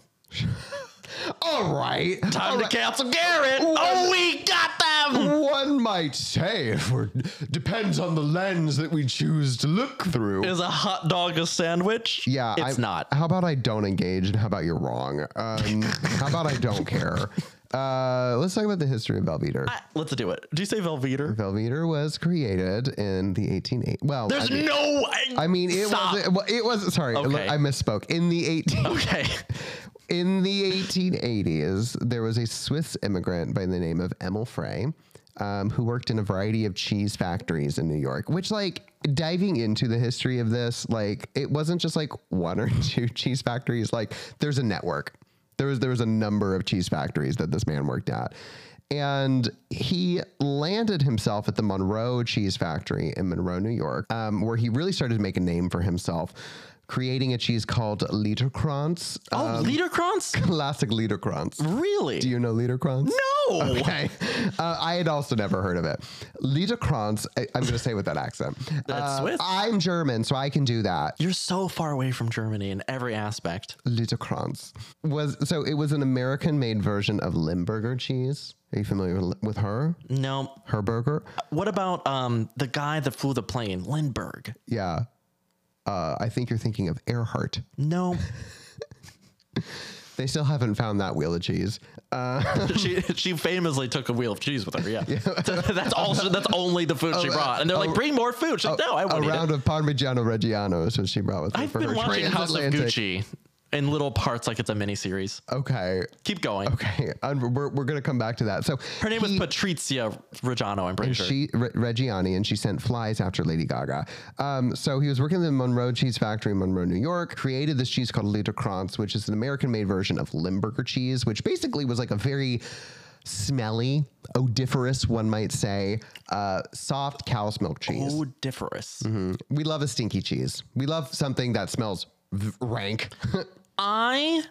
Speaker 2: All right.
Speaker 1: Time to cancel Garrett. Oh, we got them.
Speaker 2: One might say if we're depends on the lens that we choose to look through.
Speaker 1: Is a hot dog a sandwich?
Speaker 2: yeah,
Speaker 1: It's
Speaker 2: I-
Speaker 1: not.
Speaker 2: How about I don't engage and how about you're wrong? Um, how about I don't care? Uh, let's talk about the history of Velveeta.
Speaker 1: I- Let's do it. Do you say Velveeta?
Speaker 2: Velveeta was created in the 1880. Well, I
Speaker 1: There's
Speaker 2: mean,
Speaker 1: no.
Speaker 2: I mean, it
Speaker 1: Stop.
Speaker 2: wasn't. well, It wasn't. Sorry, look,
Speaker 1: Okay.
Speaker 2: I misspoke. In the 18.
Speaker 1: Okay.
Speaker 2: In the 1880s, there was a Swiss immigrant by the name of Emil Frey um, who worked in a variety of cheese factories in New York, which, like, diving into the history of this, like, it wasn't just like one or two cheese factories. Like, there's a network. There was, there was a number of cheese factories that this man worked at. And he landed himself at the Monroe Cheese Factory in Monroe, New York, um, where he really started to make a name for himself, creating a cheese called Liederkranz.
Speaker 1: Oh, Liederkranz?
Speaker 2: Classic Liederkranz.
Speaker 1: Really?
Speaker 2: Do you know Liederkranz?
Speaker 1: no.
Speaker 2: Okay. Uh, I had also never heard of it. Liederkranz, I, I'm going to say it with that accent.
Speaker 1: That's
Speaker 2: Uh,
Speaker 1: Swiss.
Speaker 2: I'm German, so I can do that.
Speaker 1: You're so far away from Germany in every aspect.
Speaker 2: Liederkranz was, so it was an American made version of Limburger cheese. Are you familiar with, with her?
Speaker 1: No.
Speaker 2: Her burger?
Speaker 1: What about um the guy that flew the plane, Lindbergh?
Speaker 2: Yeah. Uh, I think you're thinking of Earhart.
Speaker 1: No.
Speaker 2: They still haven't found that wheel of cheese. Uh,
Speaker 1: she she famously took a wheel of cheese with her. Yeah. that's all. She, that's only the food she brought. And they're like, bring more food. She's like, no, I
Speaker 2: A
Speaker 1: won't eat it.
Speaker 2: round of Parmigiano Reggiano is what she brought with her
Speaker 1: I've
Speaker 2: for
Speaker 1: been
Speaker 2: her
Speaker 1: watching House of
Speaker 2: transatlantic-
Speaker 1: Gucci in little parts, like it's a miniseries.
Speaker 2: Okay.
Speaker 1: Keep going.
Speaker 2: Okay. And we're, we're going to come back to that. So
Speaker 1: Her name was Patrizia Reggiano. I'm pretty sure.
Speaker 2: She Re- Reggiani, and she sent flies after Lady Gaga. Um, so he was working in the Monroe Cheese Factory in Monroe, New York. Created this cheese called Liederkranz, which is an American-made version of Limburger cheese, which basically was like a very smelly, odoriferous, one might say, uh, soft cow's milk cheese.
Speaker 1: Oh. Odiferous.
Speaker 2: We love a stinky cheese. We love something that smells v- rank.
Speaker 1: I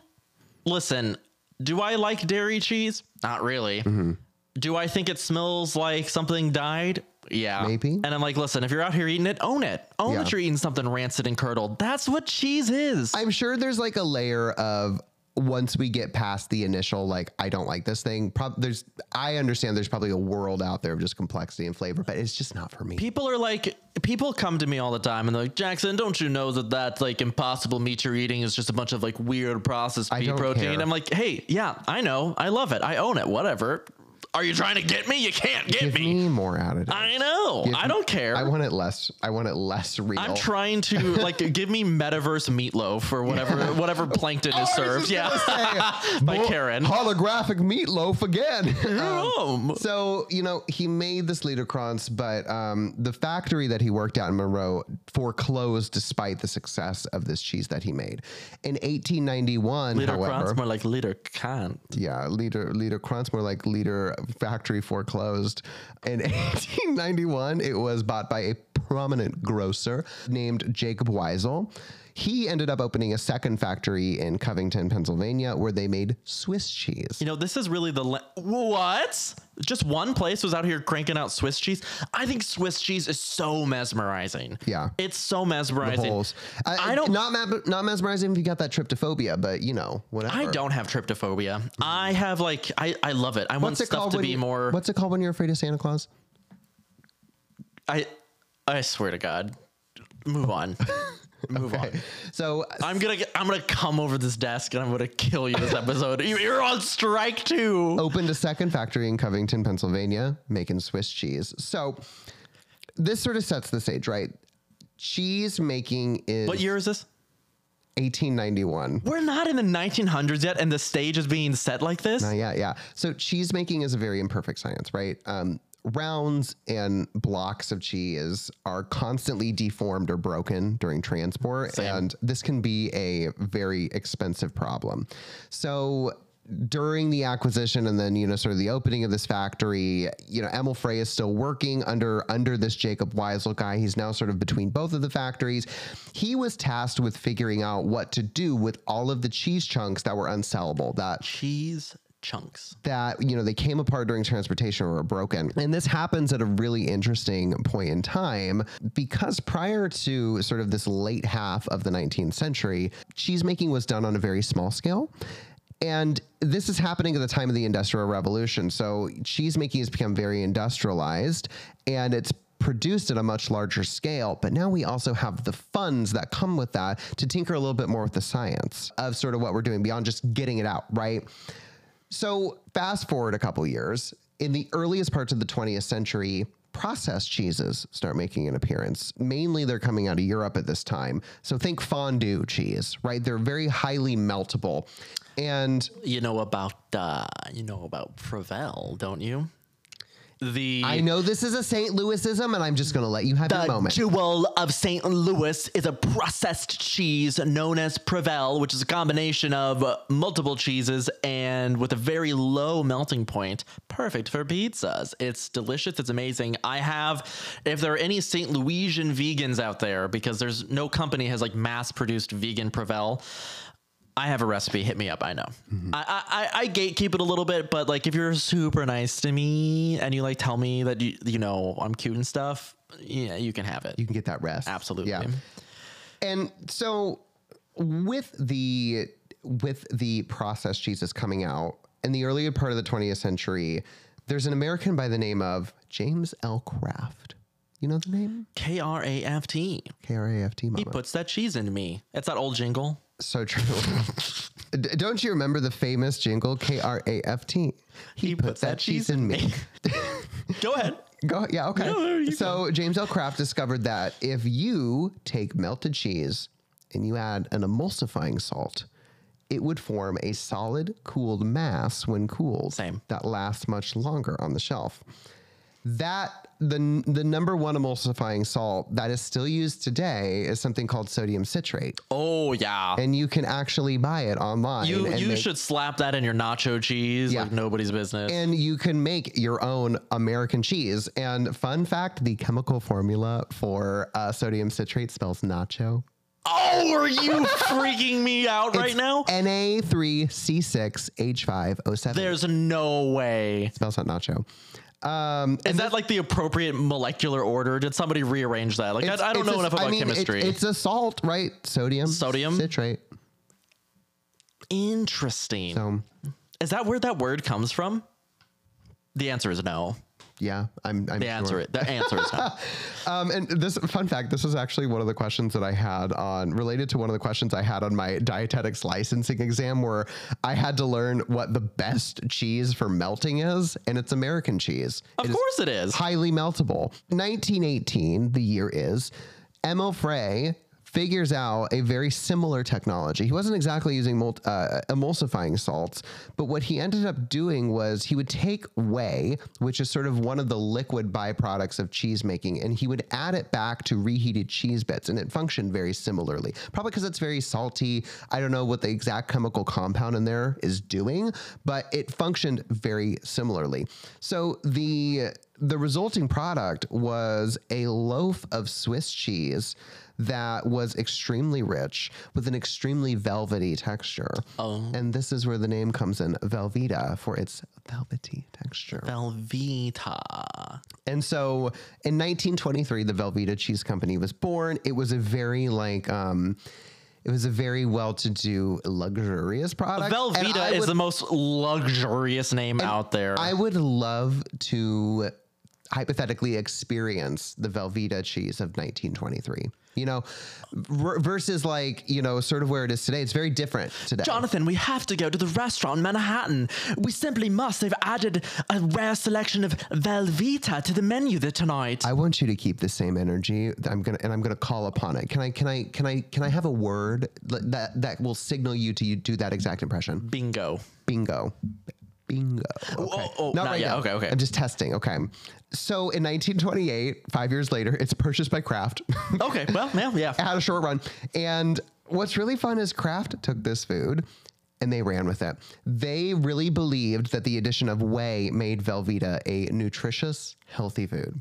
Speaker 1: listen. Do I like dairy cheese? Not really.
Speaker 2: Mm-hmm.
Speaker 1: Do I think it smells like something dyed? Yeah.
Speaker 2: Maybe.
Speaker 1: And I'm like, listen, if you're out here eating it, own it. Own
Speaker 2: Yeah.
Speaker 1: that you're eating something rancid and curdled. That's what cheese is.
Speaker 2: I'm sure there's like a layer of once we get past the initial like I don't like this thing. Prob- there's I understand there's probably a world out there of just complexity and flavor, but it's just not for me.
Speaker 1: people are like, people come to me all the time and they're like, Jackson, don't you know that that like impossible meat you're eating is just a bunch of like weird processed beef
Speaker 2: don't
Speaker 1: protein?
Speaker 2: care.
Speaker 1: I'm like, hey, yeah, I know. I love it. I own it. Whatever. Are you trying to get me? You can't get
Speaker 2: Give
Speaker 1: me.
Speaker 2: me more out of it.
Speaker 1: I know.
Speaker 2: Give
Speaker 1: I
Speaker 2: me-
Speaker 1: don't care.
Speaker 2: I want it less. I want it less real.
Speaker 1: I'm trying to like give me metaverse meatloaf or whatever whatever plankton is
Speaker 2: Oh, I was
Speaker 1: served.
Speaker 2: just
Speaker 1: Yeah,
Speaker 2: gonna say,
Speaker 1: by
Speaker 2: more
Speaker 1: Karen.
Speaker 2: Holographic meatloaf again. Um,
Speaker 1: Boom.
Speaker 2: so, you know, he made this Liederkranz, but um, the factory that he worked at in Monroe foreclosed despite the success of this cheese that he made. In 1891,
Speaker 1: Liter
Speaker 2: however,
Speaker 1: Kranz, more like Liter Kant.
Speaker 2: yeah, leader leader Krantz, more like leader factory foreclosed. In 1891, it was bought by a prominent grocer named Jacob Weisel. He ended up opening a second factory in Covington, Pennsylvania, where they made Swiss cheese.
Speaker 1: You know, this is really the le- what? Just one place was out here cranking out Swiss cheese. I think Swiss cheese is so mesmerizing.
Speaker 2: Yeah.
Speaker 1: it's so mesmerizing.
Speaker 2: Holes. I,
Speaker 1: I don't-
Speaker 2: don't not ma- not mesmerizing if you got that tryptophobia, but you know whatever.
Speaker 1: I don't have tryptophobia. I have like I, I love it. I want stuff to
Speaker 2: when
Speaker 1: be
Speaker 2: you-
Speaker 1: more.
Speaker 2: What's it called when you're afraid of Santa Claus?
Speaker 1: I I swear to God, move on, move on.
Speaker 2: So
Speaker 1: I'm gonna get, I'm gonna come over this desk and I'm gonna kill you this episode. You- You're on strike two.
Speaker 2: opened a second factory in Covington, Pennsylvania, making Swiss cheese. So this sort of sets the stage, right? Cheese making is
Speaker 1: What year is this?
Speaker 2: 1891.
Speaker 1: We're not in the 1900s yet, and the stage is being set like this.
Speaker 2: Uh, yeah, yeah. So cheese making is a very imperfect science, right? Um, rounds and blocks of cheese are constantly deformed or broken during transport, and this can be a very expensive problem. So during the acquisition and then you know sort of the opening of this factory you know emil frey is still working under under this jacob weisel guy he's now sort of between both of the factories he was tasked with figuring out what to do with all of the cheese chunks that were unsellable that
Speaker 1: Cheese chunks.
Speaker 2: that you know they came apart during transportation or were broken and this happens at a really interesting point in time because prior to sort of this late half of the 19th century cheese making was done on a very small scale and this is happening at the time of the industrial revolution so cheese making has become very industrialized and it's produced at a much larger scale, but now we also have the funds that come with that to tinker a little bit more with the science of sort of what we're doing beyond just getting it out, right? So, fast forward a couple years, in the earliest parts of the 20th century, processed cheeses start making an appearance. Mainly they're coming out of Europe at this time. So, think fondue cheese, right? They're very highly meltable. And
Speaker 1: You know about uh, you know about Prevel, don't you? The
Speaker 2: I know this is a St. Louisism, and I'm just going to let you have your
Speaker 1: The
Speaker 2: moment.
Speaker 1: jewel of St. Louis is a processed cheese known as Prevel, which is a combination of uh, multiple cheeses and with a very low melting point, perfect for pizzas. It's delicious. It's amazing. I have, if there are any St. Louisian vegans out there, because there's no company has like mass produced vegan Prevel. I have a recipe. Hit me up. I know.
Speaker 2: Mm-hmm.
Speaker 1: I I, I, I gatekeep it a little bit, but like if you're super nice to me and you like tell me that you you know I'm cute and stuff, yeah, you can have it.
Speaker 2: you can get that rest.
Speaker 1: Absolutely.
Speaker 2: Yeah. And so with the with the processed cheeses coming out in the earlier part of the 20th century, there's an American by the name of James L. Kraft. You know the name?
Speaker 1: K R A F T
Speaker 2: K R A F T mama.
Speaker 1: puts that cheese into me. It's that old jingle.
Speaker 2: so true. D- Don't you remember the famous jingle K R A F T?
Speaker 1: He puts that cheese in me. Go ahead.
Speaker 2: Go yeah, okay.
Speaker 1: there you
Speaker 2: so James L. Kraft discovered that if you take melted cheese and you add an emulsifying salt, it would form a solid cooled mass when cooled.
Speaker 1: Same.
Speaker 2: That lasts much longer on the shelf. That the the number one emulsifying salt that is still used today is something called sodium citrate,
Speaker 1: Oh yeah.
Speaker 2: and you can actually buy it online.
Speaker 1: you
Speaker 2: and
Speaker 1: you
Speaker 2: make-
Speaker 1: should slap that in your nacho cheese
Speaker 2: Yeah.
Speaker 1: like nobody's business.
Speaker 2: and you can make your own American cheese. And fun fact: the chemical formula for uh, sodium citrate spells nacho.
Speaker 1: oh, are you freaking me out right now?
Speaker 2: Na3C6H5O7.
Speaker 1: There's no way.
Speaker 2: spells out nacho.
Speaker 1: Is that like the appropriate molecular order? Did somebody rearrange that? Like, I, I don't
Speaker 2: It's
Speaker 1: know
Speaker 2: a-
Speaker 1: enough about
Speaker 2: I mean, it-
Speaker 1: chemistry.
Speaker 2: it's a salt, right? Sodium.
Speaker 1: Sodium?
Speaker 2: citrate.
Speaker 1: Interesting.
Speaker 2: So Um,
Speaker 1: Is that where that word comes from? The answer is no.
Speaker 2: yeah, I'm. I'm
Speaker 1: The answer,
Speaker 2: sure.
Speaker 1: it. the answer is no.
Speaker 2: Um, and this fun fact: this was actually one of the questions that I had on related to one of the questions I had on my dietetics licensing exam, where I had to learn what the best cheese for melting is, and it's American cheese.
Speaker 1: Of
Speaker 2: It is
Speaker 1: course it is.
Speaker 2: highly meltable. 1918, the year is, Emil Frey figures out a very similar technology. He wasn't exactly using mult, uh, emulsifying salts, but what he ended up doing was he would take whey, which is sort of one of the liquid byproducts of cheese making, and he would add it back to reheated cheese bits, and it functioned very similarly. Probably because it's very salty. I don't know what the exact chemical compound in there is doing, but it functioned very similarly. So the the resulting product was a loaf of Swiss cheese that was extremely rich with an extremely velvety texture. Oh. And this is where the name comes in, Velveeta, for its velvety texture.
Speaker 1: Velveeta.
Speaker 2: And so in 1923, the Velveeta Cheese Company was born. It was a very like um it was a very well-to-do, luxurious product. And I
Speaker 1: Velveeta is
Speaker 2: would-
Speaker 1: the most luxurious name out there.
Speaker 2: I would love to hypothetically experience the Velveeta cheese of 1923. You know, ver- versus like you know, sort of where it is today. It's very different today.
Speaker 1: Jonathan, we have to go to the restaurant in Manhattan. We simply must. They've added a rare selection of Velveeta to the menu there tonight.
Speaker 2: I want you to keep the same energy. I'm gonna and I'm gonna call upon it. Can I? Can I? Can I? Can I have a word li- that that will signal you to you do that exact impression?
Speaker 1: Bingo.
Speaker 2: Bingo. Bingo. Okay.
Speaker 1: oh, not yet. Okay, okay.
Speaker 2: I'm just testing. Okay. So in 1928, five years later, it's purchased by Kraft.
Speaker 1: Okay, well, yeah,
Speaker 2: It
Speaker 1: yeah.
Speaker 2: had a short run. And what's really fun is Kraft took this food and they ran with it. They really believed that the addition of whey made Velveeta a nutritious, healthy food.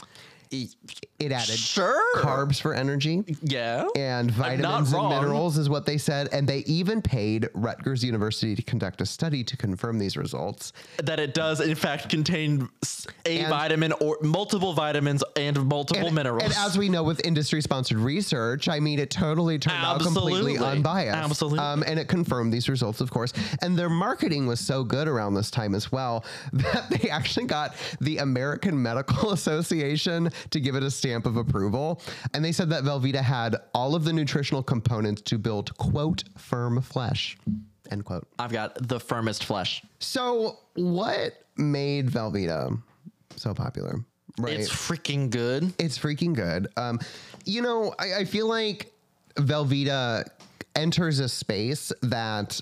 Speaker 2: It added
Speaker 1: E, Sure.
Speaker 2: carbs for energy
Speaker 1: Yeah.
Speaker 2: and
Speaker 1: not
Speaker 2: vitamins and
Speaker 1: wrong.
Speaker 2: minerals is what they said. And they even paid Rutgers University to conduct a study to confirm these results.
Speaker 1: that it does, in fact, contain s- a
Speaker 2: And-
Speaker 1: vitamin or multiple vitamins and multiple minerals.
Speaker 2: And as we know with industry sponsored research, I mean, it totally turned out completely
Speaker 1: Absolutely.
Speaker 2: unbiased.
Speaker 1: Absolutely.
Speaker 2: Um, and it confirmed these results, of course. And their marketing was so good around this time as well that they actually got the American Medical Association to give it a stamp of approval. And they said that Velveeta had all of the nutritional components to build, quote, firm flesh, end quote.
Speaker 1: I've got the firmest flesh.
Speaker 2: So, what made Velveeta so popular? Right.
Speaker 1: It's freaking good.
Speaker 2: It's freaking good. Um, you know, I, I feel like Velveeta enters a space that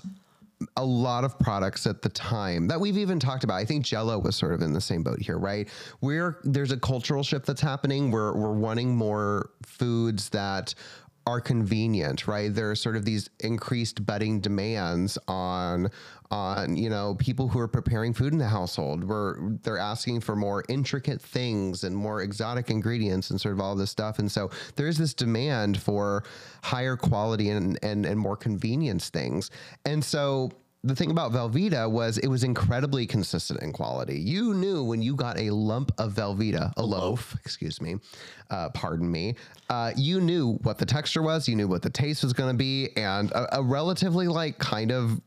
Speaker 2: a lot of products at the time that we've even talked about. I think Jello was sort of in the same boat here, right? We're there's a cultural shift that's happening. We're we're wanting more foods that are convenient, right? There are sort of these increased budding demands on on you know people who are preparing food in the household. Where they're asking for more intricate things and more exotic ingredients and sort of all this stuff. And so there is this demand for higher quality and and and more convenience things. And so the thing about Velveeta was it was incredibly consistent in quality. You knew when you got a lump of Velveeta, a loaf, excuse me, uh, pardon me, uh, you knew what the texture was, you knew what the taste was going to be, and a, a relatively like kind of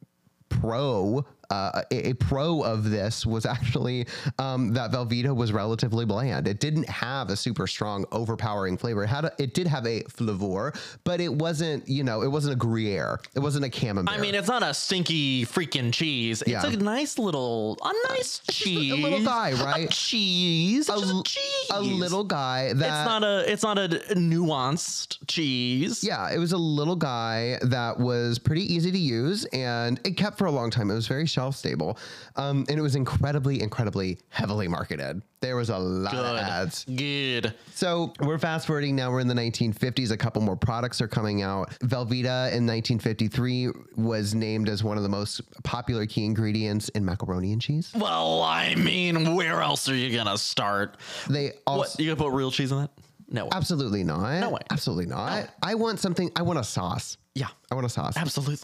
Speaker 2: pro. Uh, a, a pro of this was actually um, that Velveeta was relatively bland. It didn't have a super strong, overpowering flavor. It had a, it did have a flavor, but it wasn't you know it wasn't a Gruyere. It wasn't a Camembert.
Speaker 1: I mean, it's not a stinky freaking cheese. It's
Speaker 2: Yeah.
Speaker 1: a nice little, a nice cheese.
Speaker 2: a little guy, right?
Speaker 1: A cheese. It's just
Speaker 2: l-
Speaker 1: a cheese.
Speaker 2: a little guy that
Speaker 1: It's not a. It's not a nuanced cheese.
Speaker 2: yeah, it was a little guy that was pretty easy to use and it kept for a long time. It was very shelf stable. Um, and it was incredibly, incredibly heavily marketed. There was a lot of ads.
Speaker 1: Good. Good.
Speaker 2: So we're fast forwarding now. We're in the 1950s. A couple more products are coming out. Velveeta in 1953 was named as one of the most popular key ingredients in macaroni and cheese.
Speaker 1: Well, I mean, where else are you gonna start?
Speaker 2: They also
Speaker 1: What you gonna put real cheese in that? No.
Speaker 2: absolutely not.
Speaker 1: No way.
Speaker 2: Absolutely not. I want something. I want a sauce.
Speaker 1: yeah.
Speaker 2: I want a sauce.
Speaker 1: Absolutely.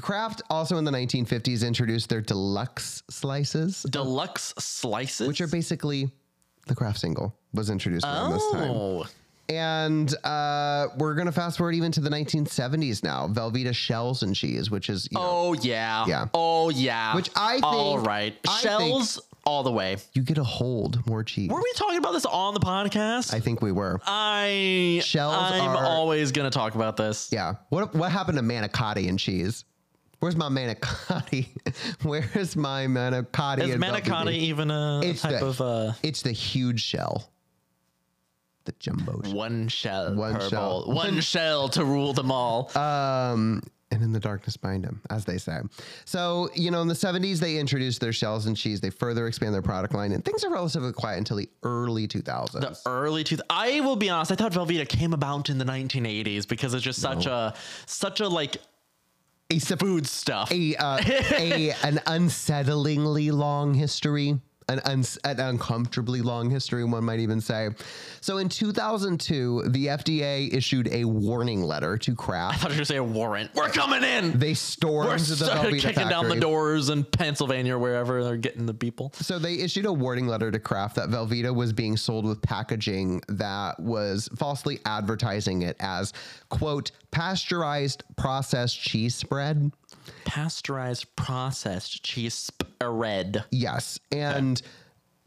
Speaker 2: Kraft also in the 1950s introduced their deluxe slices,
Speaker 1: Deluxe slices.
Speaker 2: which are basically the Kraft single was introduced around this time.
Speaker 1: oh.
Speaker 2: And uh, we're gonna fast forward even to the 1970s now. Velveeta shells and cheese, which is you know,
Speaker 1: Oh yeah.
Speaker 2: Yeah.
Speaker 1: Oh yeah.
Speaker 2: Which I think-
Speaker 1: All right.
Speaker 2: I think-
Speaker 1: Shells all the way.
Speaker 2: You get a hold more cheese.
Speaker 1: Were we talking about this on the podcast?
Speaker 2: I think we were.
Speaker 1: I,
Speaker 2: Shells
Speaker 1: I'm
Speaker 2: are-
Speaker 1: always going to talk about this.
Speaker 2: Yeah. What what happened to manicotti and cheese? Where's my manicotti? Where's my manicotti?
Speaker 1: Is
Speaker 2: and
Speaker 1: manicotti
Speaker 2: WD?
Speaker 1: even a
Speaker 2: It's
Speaker 1: type
Speaker 2: the-
Speaker 1: of uh,
Speaker 2: It's the huge shell. The jumbo shell.
Speaker 1: one shell
Speaker 2: One
Speaker 1: one per
Speaker 2: shell.
Speaker 1: bowl? One shell to rule them all.
Speaker 2: Um, and in the darkness bind him, as they say. So, you know, in the 70s, they introduced their shells and cheese. They further expand their product line, and things are relatively quiet until the early 2000s.
Speaker 1: the early 2000s. I will be honest, I thought Velveeta came about in the 1980s because it's just such a such a like
Speaker 2: a, sep-
Speaker 1: food stuff.
Speaker 2: a, uh, a an unsettlingly long history, an, uns an uncomfortably long history, one might even say. So, in 2002, the FDA issued a warning letter to
Speaker 1: I
Speaker 2: Kraft.
Speaker 1: thought you were gonna say a warrant. We're coming in.
Speaker 2: They stormed
Speaker 1: We're
Speaker 2: the
Speaker 1: started
Speaker 2: Velveeta
Speaker 1: kicking
Speaker 2: factory.
Speaker 1: down the doors in Pennsylvania or wherever they're getting the people.
Speaker 2: So they issued a warning letter to Kraft that Velveeta was being sold with packaging that was falsely advertising it as quote pasteurized processed cheese spread.
Speaker 1: Pasteurized processed cheese spread.
Speaker 2: Yes, and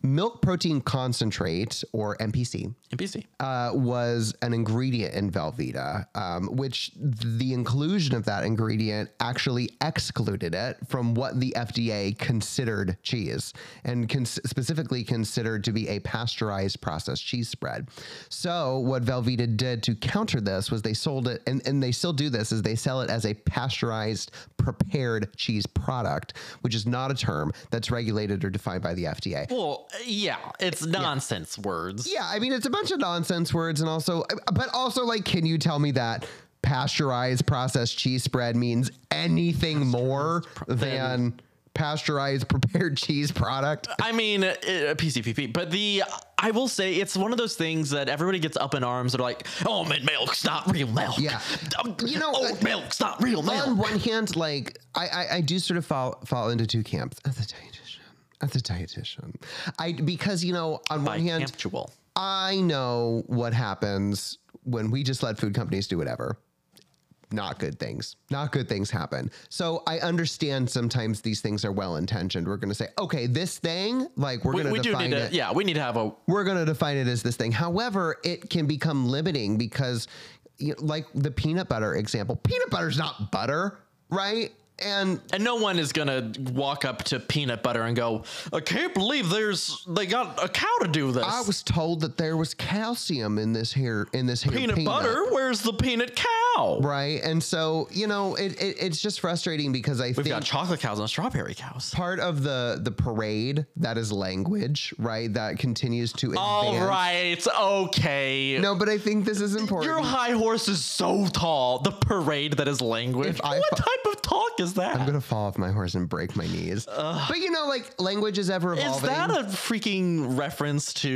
Speaker 2: milk protein concentrate or MPC
Speaker 1: NPC.
Speaker 2: uh, was an ingredient in Velveeta, um, which the inclusion of that ingredient actually excluded it from what the FDA considered cheese and cons- specifically considered to be a pasteurized processed cheese spread. So, what Velveeta did to counter this was they sold it, and, and they still do this, is they sell it as a pasteurized prepared cheese product, which is not a term that's regulated or defined by the FDA.
Speaker 1: Well, yeah, it's nonsense words.
Speaker 2: Yeah, I mean it's a bunch of nonsense words, and also, but also, like, can you tell me that pasteurized processed cheese spread means anything more than pasteurized prepared cheese product?
Speaker 1: I mean, uh, PCPP, but the I will say it's one of those things that everybody gets up in arms. They're like, "Almond milk's not real milk."
Speaker 2: Yeah.
Speaker 1: Um,
Speaker 2: You know,
Speaker 1: oat milk's not real milk.
Speaker 2: On one hand, like, I I, I do sort of fall fall into two camps as a dietitian. As a dietitian, I because you know on
Speaker 1: By
Speaker 2: one hand,
Speaker 1: Camptual.
Speaker 2: I know what happens when we just let food companies do whatever. Not good things. Not good things happen. So I understand sometimes these things are well intentioned. We're going to say, okay, this thing, like we're
Speaker 1: We,
Speaker 2: going
Speaker 1: we
Speaker 2: to
Speaker 1: do need
Speaker 2: define
Speaker 1: to.
Speaker 2: it.
Speaker 1: Yeah, we need to have a.
Speaker 2: We're going to define it as this thing. However, it can become limiting because, you know, like the peanut butter example, peanut butter's not butter, right? And
Speaker 1: And no one is gonna walk up to peanut butter and go, "I can't believe there's they got a cow to do this."
Speaker 2: I was told that there was calcium in this here in this here
Speaker 1: peanut, butter. Where's the peanut cow?
Speaker 2: right? And so you know, it, it it's just frustrating because I
Speaker 1: We've
Speaker 2: think
Speaker 1: got chocolate cows and strawberry cows.
Speaker 2: part of the the parade that is language, right? That continues to advance.
Speaker 1: All right, okay.
Speaker 2: No, but I think this is important.
Speaker 1: Your high horse is so tall. The parade that is language.
Speaker 2: If I
Speaker 1: what
Speaker 2: fu-
Speaker 1: type of talk is that?
Speaker 2: I'm gonna fall off my horse and break my knees. but you know, like language is ever
Speaker 1: is
Speaker 2: evolving.
Speaker 1: that a freaking reference to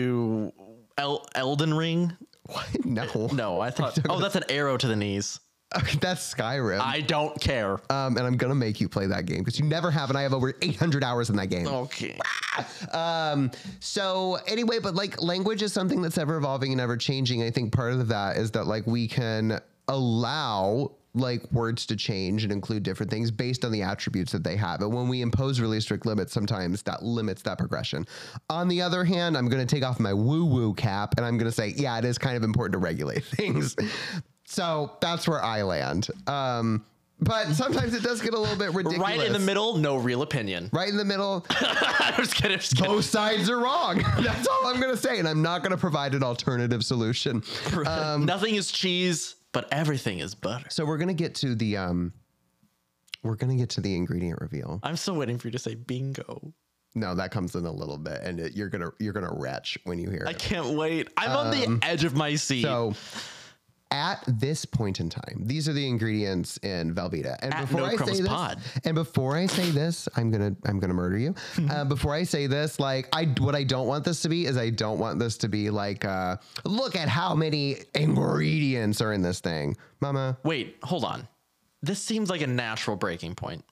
Speaker 1: El- Elden Ring?
Speaker 2: What? No,
Speaker 1: No, I thought.
Speaker 2: Uh,
Speaker 1: oh, that's an arrow to the knees.
Speaker 2: that's Skyrim.
Speaker 1: I don't care.
Speaker 2: um, and I'm gonna make you play that game because you never have, and I have over 800 hours in that
Speaker 1: Oh,
Speaker 2: game.
Speaker 1: Okay.
Speaker 2: Um, so anyway, but like language is something that's ever evolving and ever changing. I think part of that is that like we can allow like words to change and include different things based on the attributes that they have. And when we impose really strict limits, sometimes that limits that progression. On the other hand, I'm going to take off my woo woo cap and I'm going to say, yeah, it is kind of important to regulate things. so that's where I land. Um, but sometimes it does get a little bit ridiculous.
Speaker 1: Right in the middle, no real opinion.
Speaker 2: Right in the middle,
Speaker 1: I'm just kidding. I'm just kidding.
Speaker 2: both sides are wrong. That's all I'm going to say. And I'm not going to provide an alternative solution. um,
Speaker 1: Nothing is cheese, but everything is butter.
Speaker 2: So we're going to get to the, um, we're going to get to the ingredient reveal.
Speaker 1: I'm still waiting for you to say bingo.
Speaker 2: No, that comes in a little bit and it, you're going to, you're going to retch when you hear
Speaker 1: I
Speaker 2: it.
Speaker 1: can't wait. I'm on the edge of my seat.
Speaker 2: Um, So at this point in time, these are the ingredients in Velveeta. And
Speaker 1: At
Speaker 2: before
Speaker 1: No
Speaker 2: I say
Speaker 1: Crumbs
Speaker 2: this,
Speaker 1: Pod.
Speaker 2: and before I say this, I'm going to, I'm going to murder you. uh, before I say this, like I, what I don't want this to be is I don't want this to be like, uh, look at how many ingredients are in this thing. Mama,
Speaker 1: wait, hold on. This seems like a natural breaking point.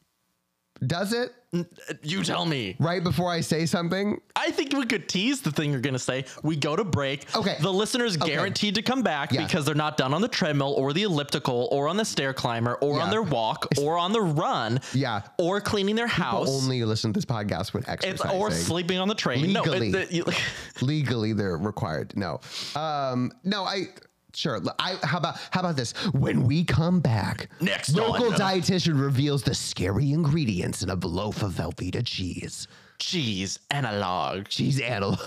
Speaker 1: Uh,
Speaker 2: Does it?
Speaker 1: Mm. You tell me.
Speaker 2: Right before I say something?
Speaker 1: I think we could tease the thing you're going to say. We go to break.
Speaker 2: Okay.
Speaker 1: The listener's guaranteed to come back
Speaker 2: Yeah.
Speaker 1: because they're not done on the treadmill or the elliptical or on the stair climber or on
Speaker 2: Yeah.
Speaker 1: their walk or on the run.
Speaker 2: Yeah.
Speaker 1: Or cleaning their house.
Speaker 2: Only listen to this podcast when
Speaker 1: It's- or
Speaker 2: exercising.
Speaker 1: sleeping on the train.
Speaker 2: Legally.
Speaker 1: No, it, the, you,
Speaker 2: Legally, they're required. No, um, no. I sure. I how about how about this? When we come back,
Speaker 1: Next
Speaker 2: local
Speaker 1: on the-
Speaker 2: dietitian reveals the scary ingredients in a loaf of Velveeta cheese.
Speaker 1: cheese analog.
Speaker 2: Cheese analog.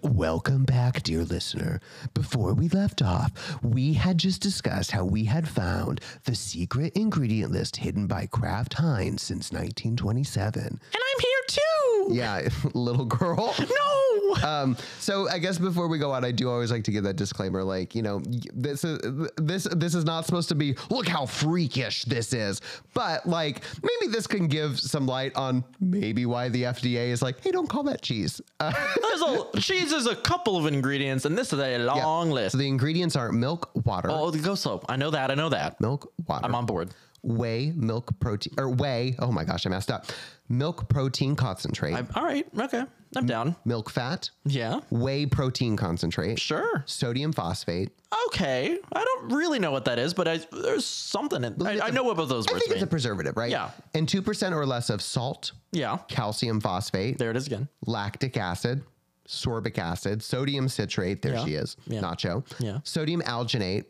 Speaker 2: Welcome back, dear listener. Before we left off, we had just discussed how we had found the secret ingredient list hidden by Kraft Heinz since 1927.
Speaker 1: And I'm here too.
Speaker 2: Yeah, little girl.
Speaker 1: No.
Speaker 2: Um, so I guess before we go out, I do always like to give that disclaimer, like you know, y- this is this this is not supposed to be. Look how freakish this is, but like maybe this can give some light on maybe why the FDA is like, hey, don't call that cheese. Uh,
Speaker 1: There's a, cheese is a couple of ingredients, and this is a long list.
Speaker 2: so the ingredients are milk, water,
Speaker 1: oh, the go slow. I know that. I know that.
Speaker 2: milk, water.
Speaker 1: I'm on board.
Speaker 2: Whey milk protein or whey. Oh my gosh, I messed up. Milk protein concentrate,
Speaker 1: I'm, all right. Okay. I'm down.
Speaker 2: milk fat,
Speaker 1: Yeah.
Speaker 2: whey protein concentrate,
Speaker 1: Sure.
Speaker 2: sodium phosphate.
Speaker 1: Okay. I don't really know what that is, but I, there's something in I, I know what both those
Speaker 2: I
Speaker 1: words
Speaker 2: think it's a
Speaker 1: mean.
Speaker 2: preservative, right?
Speaker 1: Yeah.
Speaker 2: And 2% or less of salt,
Speaker 1: yeah.
Speaker 2: calcium phosphate,
Speaker 1: There it is again.
Speaker 2: lactic acid, sorbic acid, sodium citrate, there
Speaker 1: Yeah.
Speaker 2: she is,
Speaker 1: Yeah.
Speaker 2: nacho,
Speaker 1: Yeah.
Speaker 2: sodium alginate,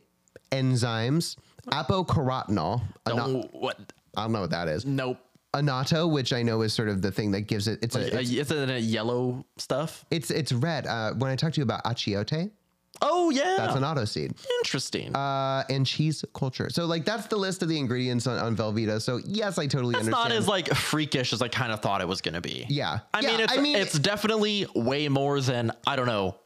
Speaker 2: enzymes, apocarotenol, ana-
Speaker 1: Don't, what?
Speaker 2: I don't know what that is,
Speaker 1: Nope.
Speaker 2: anato, which I know is sort of the thing that gives it, it's, a,
Speaker 1: Uh,
Speaker 2: it's,
Speaker 1: Is it a yellow stuff?
Speaker 2: it's, it's red. Uh, when I talked to you about achiote,
Speaker 1: Oh, yeah.
Speaker 2: that's an auto seed.
Speaker 1: Interesting.
Speaker 2: Uh, and cheese culture. So like that's the list of the ingredients on, on Velveeta. So yes, I totally
Speaker 1: it's
Speaker 2: understand.
Speaker 1: not as like freakish as I kind of thought it was going to be.
Speaker 2: Yeah.
Speaker 1: I
Speaker 2: Yeah,
Speaker 1: mean, it's,
Speaker 2: I mean-
Speaker 1: it's definitely way more than I don't know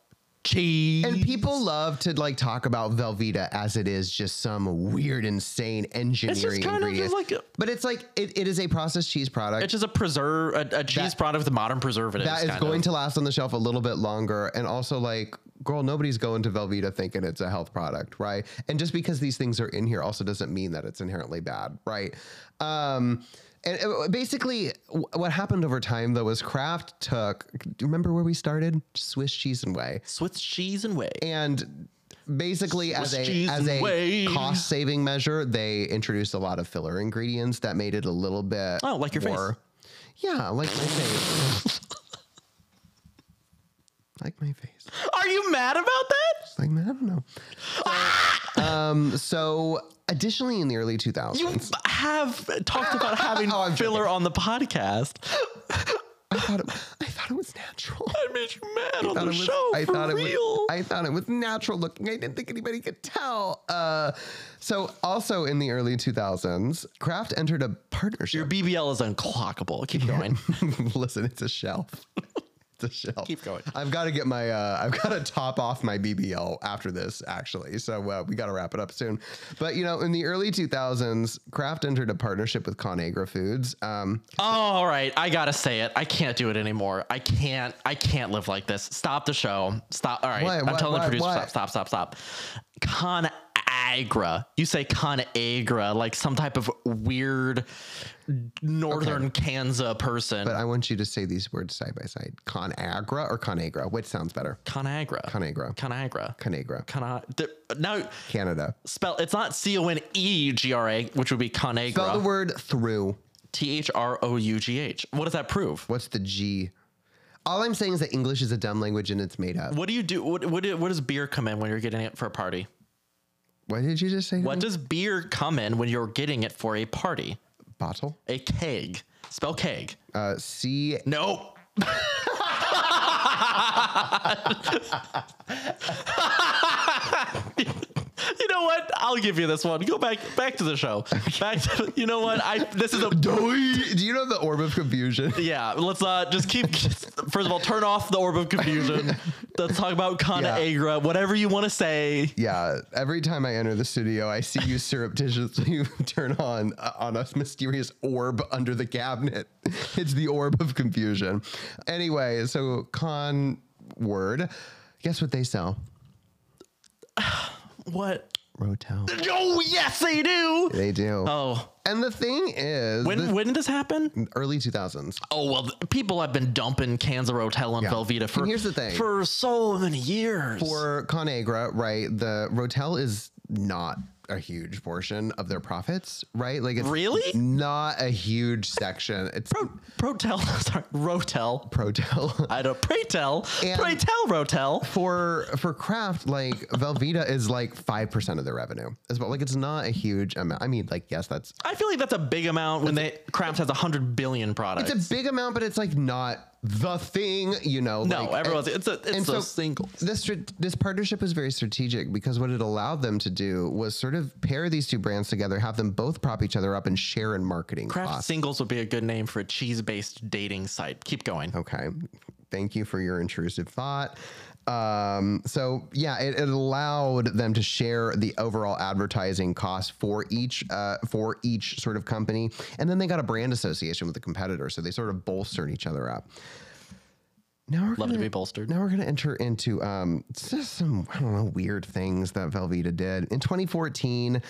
Speaker 1: cheese.
Speaker 2: And people love to like talk about Velveeta as it is just some weird, insane engineering
Speaker 1: kind of
Speaker 2: ingredient.
Speaker 1: just like a-
Speaker 2: but it's like it, it is a processed cheese product
Speaker 1: it's just a preserve, a, a cheese product of the modern preservative.
Speaker 2: that is going to last on the shelf a little bit longer. And also, like, girl, nobody's going to Velveeta thinking it's a health product, right? And just because these things are in here also doesn't mean that it's inherently bad, right? Um, and uh, basically, w- what happened over time though was Kraft took. Do you remember where we started? Swiss cheese and whey.
Speaker 1: Swiss cheese and whey.
Speaker 2: and basically as
Speaker 1: Swiss
Speaker 2: a
Speaker 1: cheese
Speaker 2: as
Speaker 1: and
Speaker 2: a
Speaker 1: whey.
Speaker 2: cost saving measure they introduced a lot of filler ingredients that made it a little bit
Speaker 1: Oh, like your face.
Speaker 2: yeah like my face like my face
Speaker 1: Are you mad about that?
Speaker 2: like i don't know So, um so additionally in the early
Speaker 1: Ah!
Speaker 2: 2000s
Speaker 1: You have talked about having
Speaker 2: Oh, I'm
Speaker 1: filler on the podcast.
Speaker 2: I, thought it, I thought it was natural
Speaker 1: I made you mad on
Speaker 2: thought
Speaker 1: the
Speaker 2: it was-
Speaker 1: show.
Speaker 2: I
Speaker 1: for
Speaker 2: thought
Speaker 1: real.
Speaker 2: it was. I thought it was natural looking. I didn't think anybody could tell. Uh, so also in the early 2000s, Kraft entered a
Speaker 1: Your
Speaker 2: partnership.
Speaker 1: BBL is unclockable. Keep going.
Speaker 2: Listen, it's a shelf. It's a shelf.
Speaker 1: Keep going.
Speaker 2: I've got to get my. Uh, I've got to top off my BBL after this, actually. So uh, we got to wrap it up soon. But you know, in the early 2000s, Kraft entered a partnership with Conagra Foods. Um,
Speaker 1: Oh, all right. I gotta say it. I can't do it anymore. I can't. I can't live like this. Stop the show. Stop. All right.
Speaker 2: Why,
Speaker 1: I'm
Speaker 2: why,
Speaker 1: telling
Speaker 2: why,
Speaker 1: the producer.
Speaker 2: why?
Speaker 1: Stop. Stop. Stop. Stop. Conagra. You say Conagra like some type of weird northern Kansas person.
Speaker 2: but I want you to say these words side by side: Conagra or Conagra. Which sounds better?
Speaker 1: Conagra.
Speaker 2: Conagra.
Speaker 1: Conagra.
Speaker 2: Conagra.
Speaker 1: Cona. th- Now
Speaker 2: Canada.
Speaker 1: spell. It's not C O N E G R A, which would be
Speaker 2: Spell the
Speaker 1: Conagra.
Speaker 2: word through.
Speaker 1: T H R O U G H. What does that prove?
Speaker 2: What's the G? All I'm saying is that English is a dumb language and it's made up.
Speaker 1: What do you do? What, what, do- what does beer come in when you're getting it for a party?
Speaker 2: What did you just say? to
Speaker 1: What
Speaker 2: me?
Speaker 1: does beer come in when you're getting it for a party?
Speaker 2: Bottle?
Speaker 1: A keg. Spell keg.
Speaker 2: Uh, C.
Speaker 1: No. you know what? I'll give you this one. Go back back to the show. Back to you know what? I this is a
Speaker 2: Do you know the orb of confusion?
Speaker 1: yeah, let's uh, just keep. First of all, turn off the orb of confusion. Let's talk about Kana Agra, whatever you want to say.
Speaker 2: Yeah. Every time I enter the studio, I see you surreptitiously turn on uh, on a mysterious orb under the cabinet. It's the orb of confusion. Anyway, so con word. Guess what they sell?
Speaker 1: What?
Speaker 2: Rotel.
Speaker 1: Oh yes, they do.
Speaker 2: They do.
Speaker 1: Oh,
Speaker 2: and the thing is,
Speaker 1: when
Speaker 2: the
Speaker 1: when did this happen?
Speaker 2: early 2000s.
Speaker 1: Oh well, th- people have been dumping cans of Rotel and
Speaker 2: Yeah.
Speaker 1: Velveeta for
Speaker 2: And here's the thing.
Speaker 1: for so many years.
Speaker 2: For ConAgra, right, the Rotel is not a huge portion of their profits, right? Like it's
Speaker 1: Really?
Speaker 2: not a huge section. It's
Speaker 1: Pro, Protel, sorry, Rotel.
Speaker 2: Protel.
Speaker 1: I don't pray tell,
Speaker 2: And-
Speaker 1: pray tell, Rotel.
Speaker 2: for for craft, like Velveeta is like five percent of their revenue as well. Like it's not a huge amount. I mean, like yes, that's
Speaker 1: I feel like that's a big amount when they Kraft has a hundred billion products.
Speaker 2: it's a big amount, but it's like not the thing, you know.
Speaker 1: no,
Speaker 2: like,
Speaker 1: everyone's it's a it's
Speaker 2: so
Speaker 1: a single.
Speaker 2: This str- this partnership was very strategic because what it allowed them to do was sort of pair these two brands together, have them both prop each other up, and share in marketing
Speaker 1: Kraft
Speaker 2: costs.
Speaker 1: singles would be a good name for a cheese-based dating site. Keep going.
Speaker 2: Okay, thank you for your intrusive thought. Um, so yeah, it, it allowed them to share the overall advertising cost for each uh, for each sort of company, and then they got a brand association with the competitor, so they sort of bolstered each other up. Now we're
Speaker 1: Love to
Speaker 2: gonna-
Speaker 1: be bolstered.
Speaker 2: now we're going to enter into um, just some I don't know weird things that Velveeta did in 2014.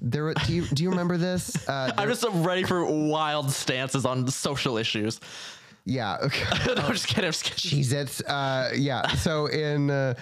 Speaker 2: There, were- do you do you remember this? Uh,
Speaker 1: I'm just ready for wild stances on social issues.
Speaker 2: yeah, okay.
Speaker 1: no, I'm just kidding. I'm just kidding.
Speaker 2: Cheez-Its. Uh, yeah. So in uh,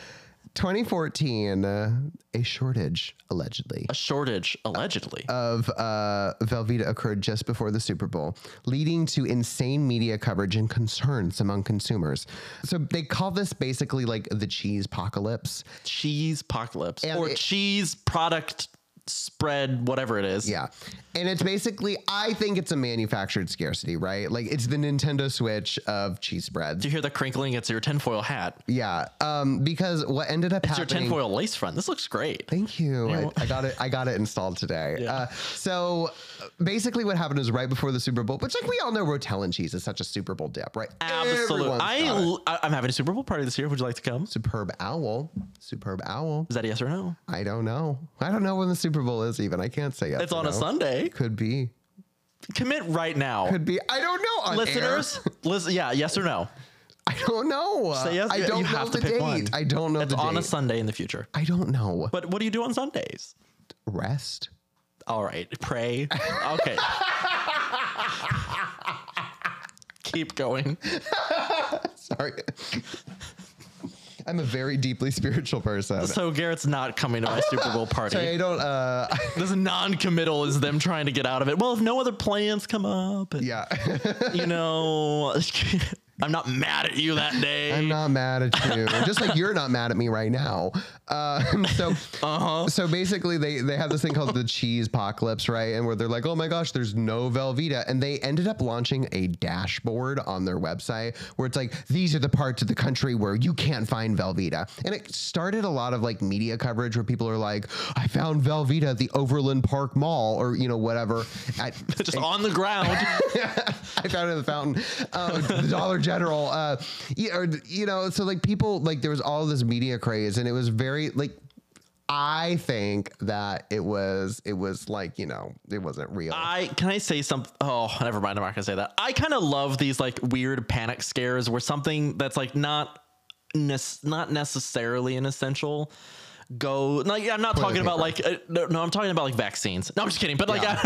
Speaker 2: 2014, uh, a shortage allegedly
Speaker 1: A shortage, allegedly.
Speaker 2: of uh, Velveeta occurred just before the Super Bowl, leading to insane media coverage and concerns among consumers. So they call this basically like the cheese apocalypse.
Speaker 1: cheese apocalypse
Speaker 2: uh, and
Speaker 1: or
Speaker 2: it-
Speaker 1: cheese product spread, whatever it is.
Speaker 2: Yeah. And it's basically, I think it's a manufactured scarcity, right? Like it's the Nintendo Switch of cheese spreads.
Speaker 1: Do you hear the crinkling? It's your tinfoil hat.
Speaker 2: Yeah. Um, because what ended up
Speaker 1: It's your
Speaker 2: happening.
Speaker 1: tinfoil lace front. This looks great.
Speaker 2: Thank you. I,
Speaker 1: wel-
Speaker 2: I got it. I got it installed today. Uh, so basically what happened is right before the Super Bowl, which like we all know Rotel and cheese is such a Super Bowl dip, right?
Speaker 1: Absolutely.
Speaker 2: Everyone's
Speaker 1: I,
Speaker 2: got it.
Speaker 1: l- I- I'm having a Super Bowl party this year. Would you like to come?
Speaker 2: Superb owl. Superb owl.
Speaker 1: Is that a yes or no?
Speaker 2: I don't know. I don't know when the Super Bowl is even. I can't say yes
Speaker 1: It's
Speaker 2: or
Speaker 1: on a
Speaker 2: no.
Speaker 1: Sunday.
Speaker 2: Could be.
Speaker 1: Commit right now.
Speaker 2: Could be. I don't know. on air.
Speaker 1: Listeners, listen, yeah, yes or no.
Speaker 2: I don't know.
Speaker 1: Say yes,
Speaker 2: I
Speaker 1: you-
Speaker 2: don't
Speaker 1: you
Speaker 2: know
Speaker 1: have
Speaker 2: the
Speaker 1: to pick
Speaker 2: date.
Speaker 1: one.
Speaker 2: I don't know
Speaker 1: It's
Speaker 2: the
Speaker 1: on a
Speaker 2: date.
Speaker 1: Sunday in the future.
Speaker 2: I don't know.
Speaker 1: But what do you do on Sundays?
Speaker 2: Rest.
Speaker 1: All right, pray. Okay. Keep going.
Speaker 2: Sorry. I'm a very deeply spiritual person.
Speaker 1: So Garrett's not coming to my Super Bowl party.
Speaker 2: I don't. Uh,
Speaker 1: This non-committal is them trying to get out of it. Well, if no other plans come up, and,
Speaker 2: yeah.
Speaker 1: you know, I'm not mad at you that day.
Speaker 2: I'm not mad at you. Just like you're not mad at me right now. Um, so, so basically, they they have this thing called the cheese apocalypse, right? And where they're like, oh my gosh, there's no Velveeta, and they ended up launching a dashboard on their website where it's like, these are the parts of the country where you can't find Velveeta, and it started a lot of like media coverage where people are like, I found Velveeta at the Overland Park Mall, or you know whatever. At,
Speaker 1: Just on the ground.
Speaker 2: I found it in the fountain, um, the Dollar General. Uh, yeah, or, you know, so like people like there was all this media craze, and it was very like. I think that it was it was like you know it wasn't real.
Speaker 1: I can I say something? Oh, never mind. I'm not gonna say that. I kind of love these like weird panic scares where something that's like not nes- not necessarily an essential go like i'm not talking about like uh, no, no i'm talking about like vaccines no i'm just kidding but like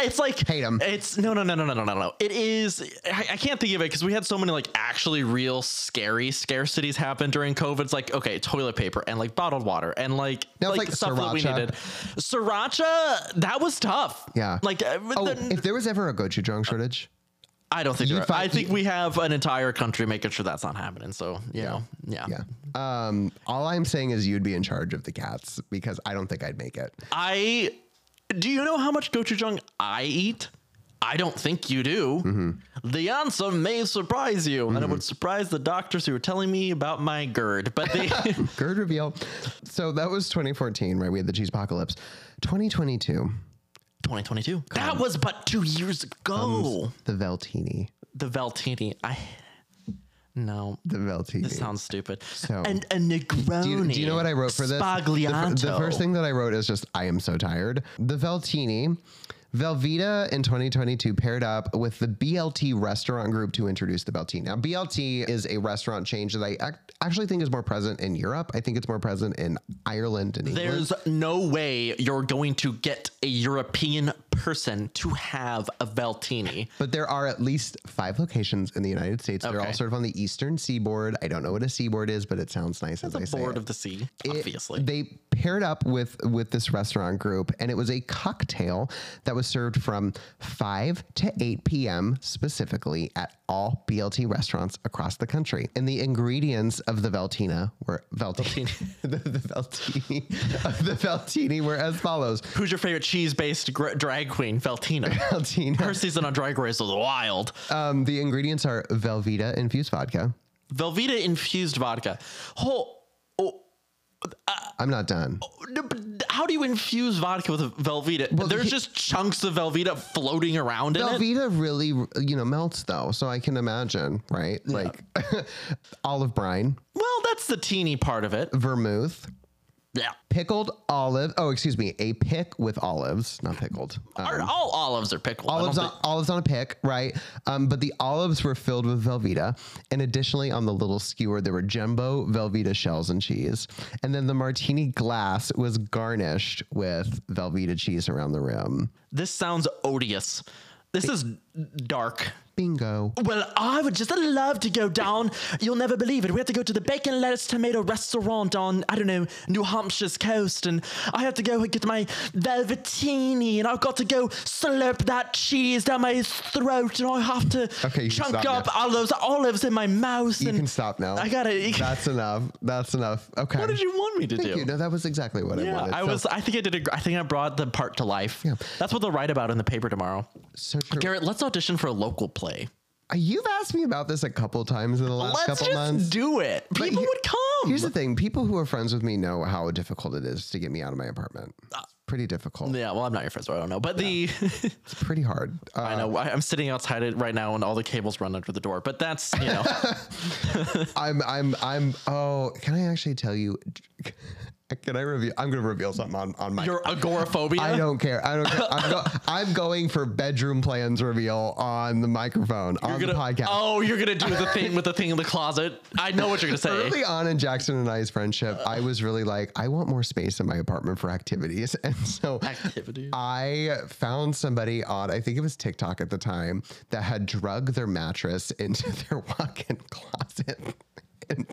Speaker 1: it's like
Speaker 2: Hate 'em.
Speaker 1: it's no no no no no no no no it is i, I can't think of it because we had so many like actually real scary scarcities happen during covid it's like okay toilet paper and like bottled water and like
Speaker 2: Now it's
Speaker 1: like,
Speaker 2: like
Speaker 1: stuff that we
Speaker 2: sriracha.
Speaker 1: needed sriracha that was tough
Speaker 2: Yeah.
Speaker 1: like uh,
Speaker 2: oh,
Speaker 1: the-
Speaker 2: if there was ever a gochu drunk shortage,
Speaker 1: I don't think.
Speaker 2: You
Speaker 1: there-
Speaker 2: fi-
Speaker 1: I think we have an entire country making sure that's not happening. So you know, yeah.
Speaker 2: yeah. Um, all I'm saying is you'd be in charge of the cats because I don't think I'd make it.
Speaker 1: I do you know how much gochujang I eat? I don't think you do.
Speaker 2: Mm-hmm.
Speaker 1: The answer may surprise you, and it would surprise the doctors who were telling me about my GERD. But they,
Speaker 2: Gird reveal. So that was 2014, right? We had the cheese apocalypse. 2022,
Speaker 1: 2022. That was but two years ago.
Speaker 2: the Veltini,
Speaker 1: The Veltini. I no.
Speaker 2: the Veltini.
Speaker 1: This sounds stupid.
Speaker 2: So-
Speaker 1: and a Negroni.
Speaker 2: Do you, do you know what I wrote for this? The fir-
Speaker 1: Spagliato.
Speaker 2: The, first thing that I wrote is just, I am so tired. The Veltini Velveeta in 2022 paired up with the BLT restaurant group to introduce the Beltine. Now, BLT is a restaurant change that I ac- actually think is more present in Europe. I think it's more present in Ireland and England.
Speaker 1: There's no way you're going to get a European person to have a Veltini.
Speaker 2: But there are at least five locations in the United States. They're all
Speaker 1: Okay.
Speaker 2: sort of on the eastern seaboard. I don't know what a seaboard is, but it sounds nice as I say
Speaker 1: Board
Speaker 2: it.
Speaker 1: of the sea,
Speaker 2: It-
Speaker 1: obviously.
Speaker 2: they paired up with with this restaurant group, and it was a cocktail that was served from 5 to 8 p.m. specifically at all BLT restaurants across the country. And the ingredients of the Veltina were Veltini, the, the Veltini of the Veltini were as follows:
Speaker 1: Who's your favorite cheese-based gr- drag queen, Veltina?
Speaker 2: Veltina.
Speaker 1: Her season on Drag Race was wild.
Speaker 2: Um, the ingredients are Velveeta infused vodka.
Speaker 1: Velveeta infused vodka. Whole. Oh,
Speaker 2: I'm not done.
Speaker 1: no, but how do you infuse vodka with Velveeta? There's
Speaker 2: he-
Speaker 1: just chunks of Velveeta floating around in it.
Speaker 2: Velveeta really, you know, melts though, so I can imagine, right? Like olive brine,
Speaker 1: Well, that's the teeny part of it.
Speaker 2: vermouth,
Speaker 1: Yeah.
Speaker 2: pickled olive. Oh, excuse me, a pick with olives, not pickled. Um,
Speaker 1: Are- all olives are pickled. I don't
Speaker 2: olives, on, olives on a pick, right? Um, but the olives were filled with Velveeta, and additionally, on the little skewer, there were jumbo Velveeta shells and cheese, and then the martini glass was garnished with Velveeta cheese around the rim.
Speaker 1: This sounds odious. This is dark.
Speaker 2: Bingo.
Speaker 1: Well, I would just love to go down. You'll never believe it. We have to go to the bacon, lettuce, tomato restaurant on, I don't know, New Hampshire's coast. And I have to go and get my velvetini. And I've got to go slurp that cheese down my throat. And I have to
Speaker 2: Okay, you can
Speaker 1: chunk
Speaker 2: stop
Speaker 1: up
Speaker 2: now.
Speaker 1: all those olives in my mouth.
Speaker 2: You
Speaker 1: and
Speaker 2: can stop now.
Speaker 1: I got to.
Speaker 2: That's enough. That's enough. Okay.
Speaker 1: What did you want me to
Speaker 2: Thank
Speaker 1: do?
Speaker 2: you. No, that was exactly what I
Speaker 1: Yeah,
Speaker 2: wanted.
Speaker 1: I
Speaker 2: So-
Speaker 1: was. I think I did. A, gr- I think I brought the part to life.
Speaker 2: Yeah.
Speaker 1: That's what they'll write about in the paper tomorrow.
Speaker 2: so true.
Speaker 1: Garrett, let's audition for a local play.
Speaker 2: Uh, You've asked me about this a couple times in the last
Speaker 1: Let's
Speaker 2: couple
Speaker 1: just
Speaker 2: months.
Speaker 1: do it. People
Speaker 2: here-
Speaker 1: would come.
Speaker 2: Here's the thing: people who are friends with me know how difficult it is to get me out of my apartment. It's pretty difficult.
Speaker 1: Uh, yeah, well, I'm not your friend, so I don't know. But the
Speaker 2: It's pretty hard. Uh,
Speaker 1: I know I- I'm sitting outside it right now, and all the cables run under the door. But that's you know,
Speaker 2: I'm, I'm, I'm. Oh, can I actually tell you? Can I reveal? I'm going to reveal something on on my.
Speaker 1: your agoraphobia.
Speaker 2: I don't care. I don't care. I'm, go, I'm going for bedroom plans reveal on the microphone on
Speaker 1: You're
Speaker 2: the
Speaker 1: gonna-
Speaker 2: podcast.
Speaker 1: Oh, you're gonna do the thing with the thing in the closet. I know what you're gonna say.
Speaker 2: Early on in Jackson and I's friendship, I was really like, I want more space in my apartment for activities. And so
Speaker 1: Activities.
Speaker 2: I found somebody on, I think it was TikTok at the time, that had drug their mattress into their walk in closet. And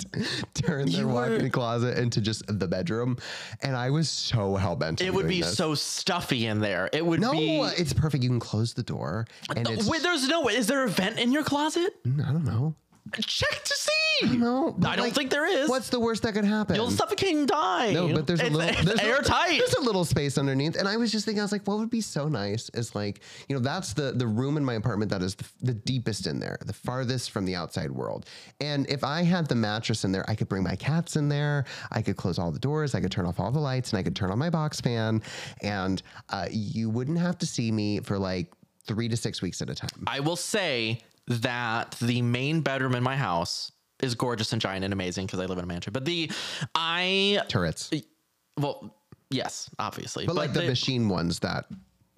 Speaker 2: turned their
Speaker 1: You
Speaker 2: walk
Speaker 1: were-
Speaker 2: in closet into just the bedroom. And I was so hell bent.
Speaker 1: It would be so stuffy in there. It would
Speaker 2: No,
Speaker 1: be.
Speaker 2: it's perfect. You can close the door. And it's,
Speaker 1: Wait, there's no. Is there a vent in your closet?
Speaker 2: I don't know.
Speaker 1: Check to see.
Speaker 2: No, but
Speaker 1: I don't think there is.
Speaker 2: What's the worst that could happen?
Speaker 1: You'll suffocate and die.
Speaker 2: No, Oh, but there's a
Speaker 1: It's-
Speaker 2: little
Speaker 1: it's
Speaker 2: there's a-
Speaker 1: airtight.
Speaker 2: there's a little space underneath, and I was just thinking, I was like, what would be so nice is like, you know, that's the the room in my apartment that is the, the deepest in there, the farthest from the outside world. And if I had the mattress in there, I could bring my cats in there. I could close all the doors. I could turn off all the lights, and I could turn on my box fan, and uh, you wouldn't have to see me for like three to six weeks at a time.
Speaker 1: I will say that the main bedroom in my house is gorgeous and giant and amazing because I live in a mansion. But the I
Speaker 2: Turrets, but,
Speaker 1: well yes obviously
Speaker 2: like the,
Speaker 1: the-
Speaker 2: machine ones that.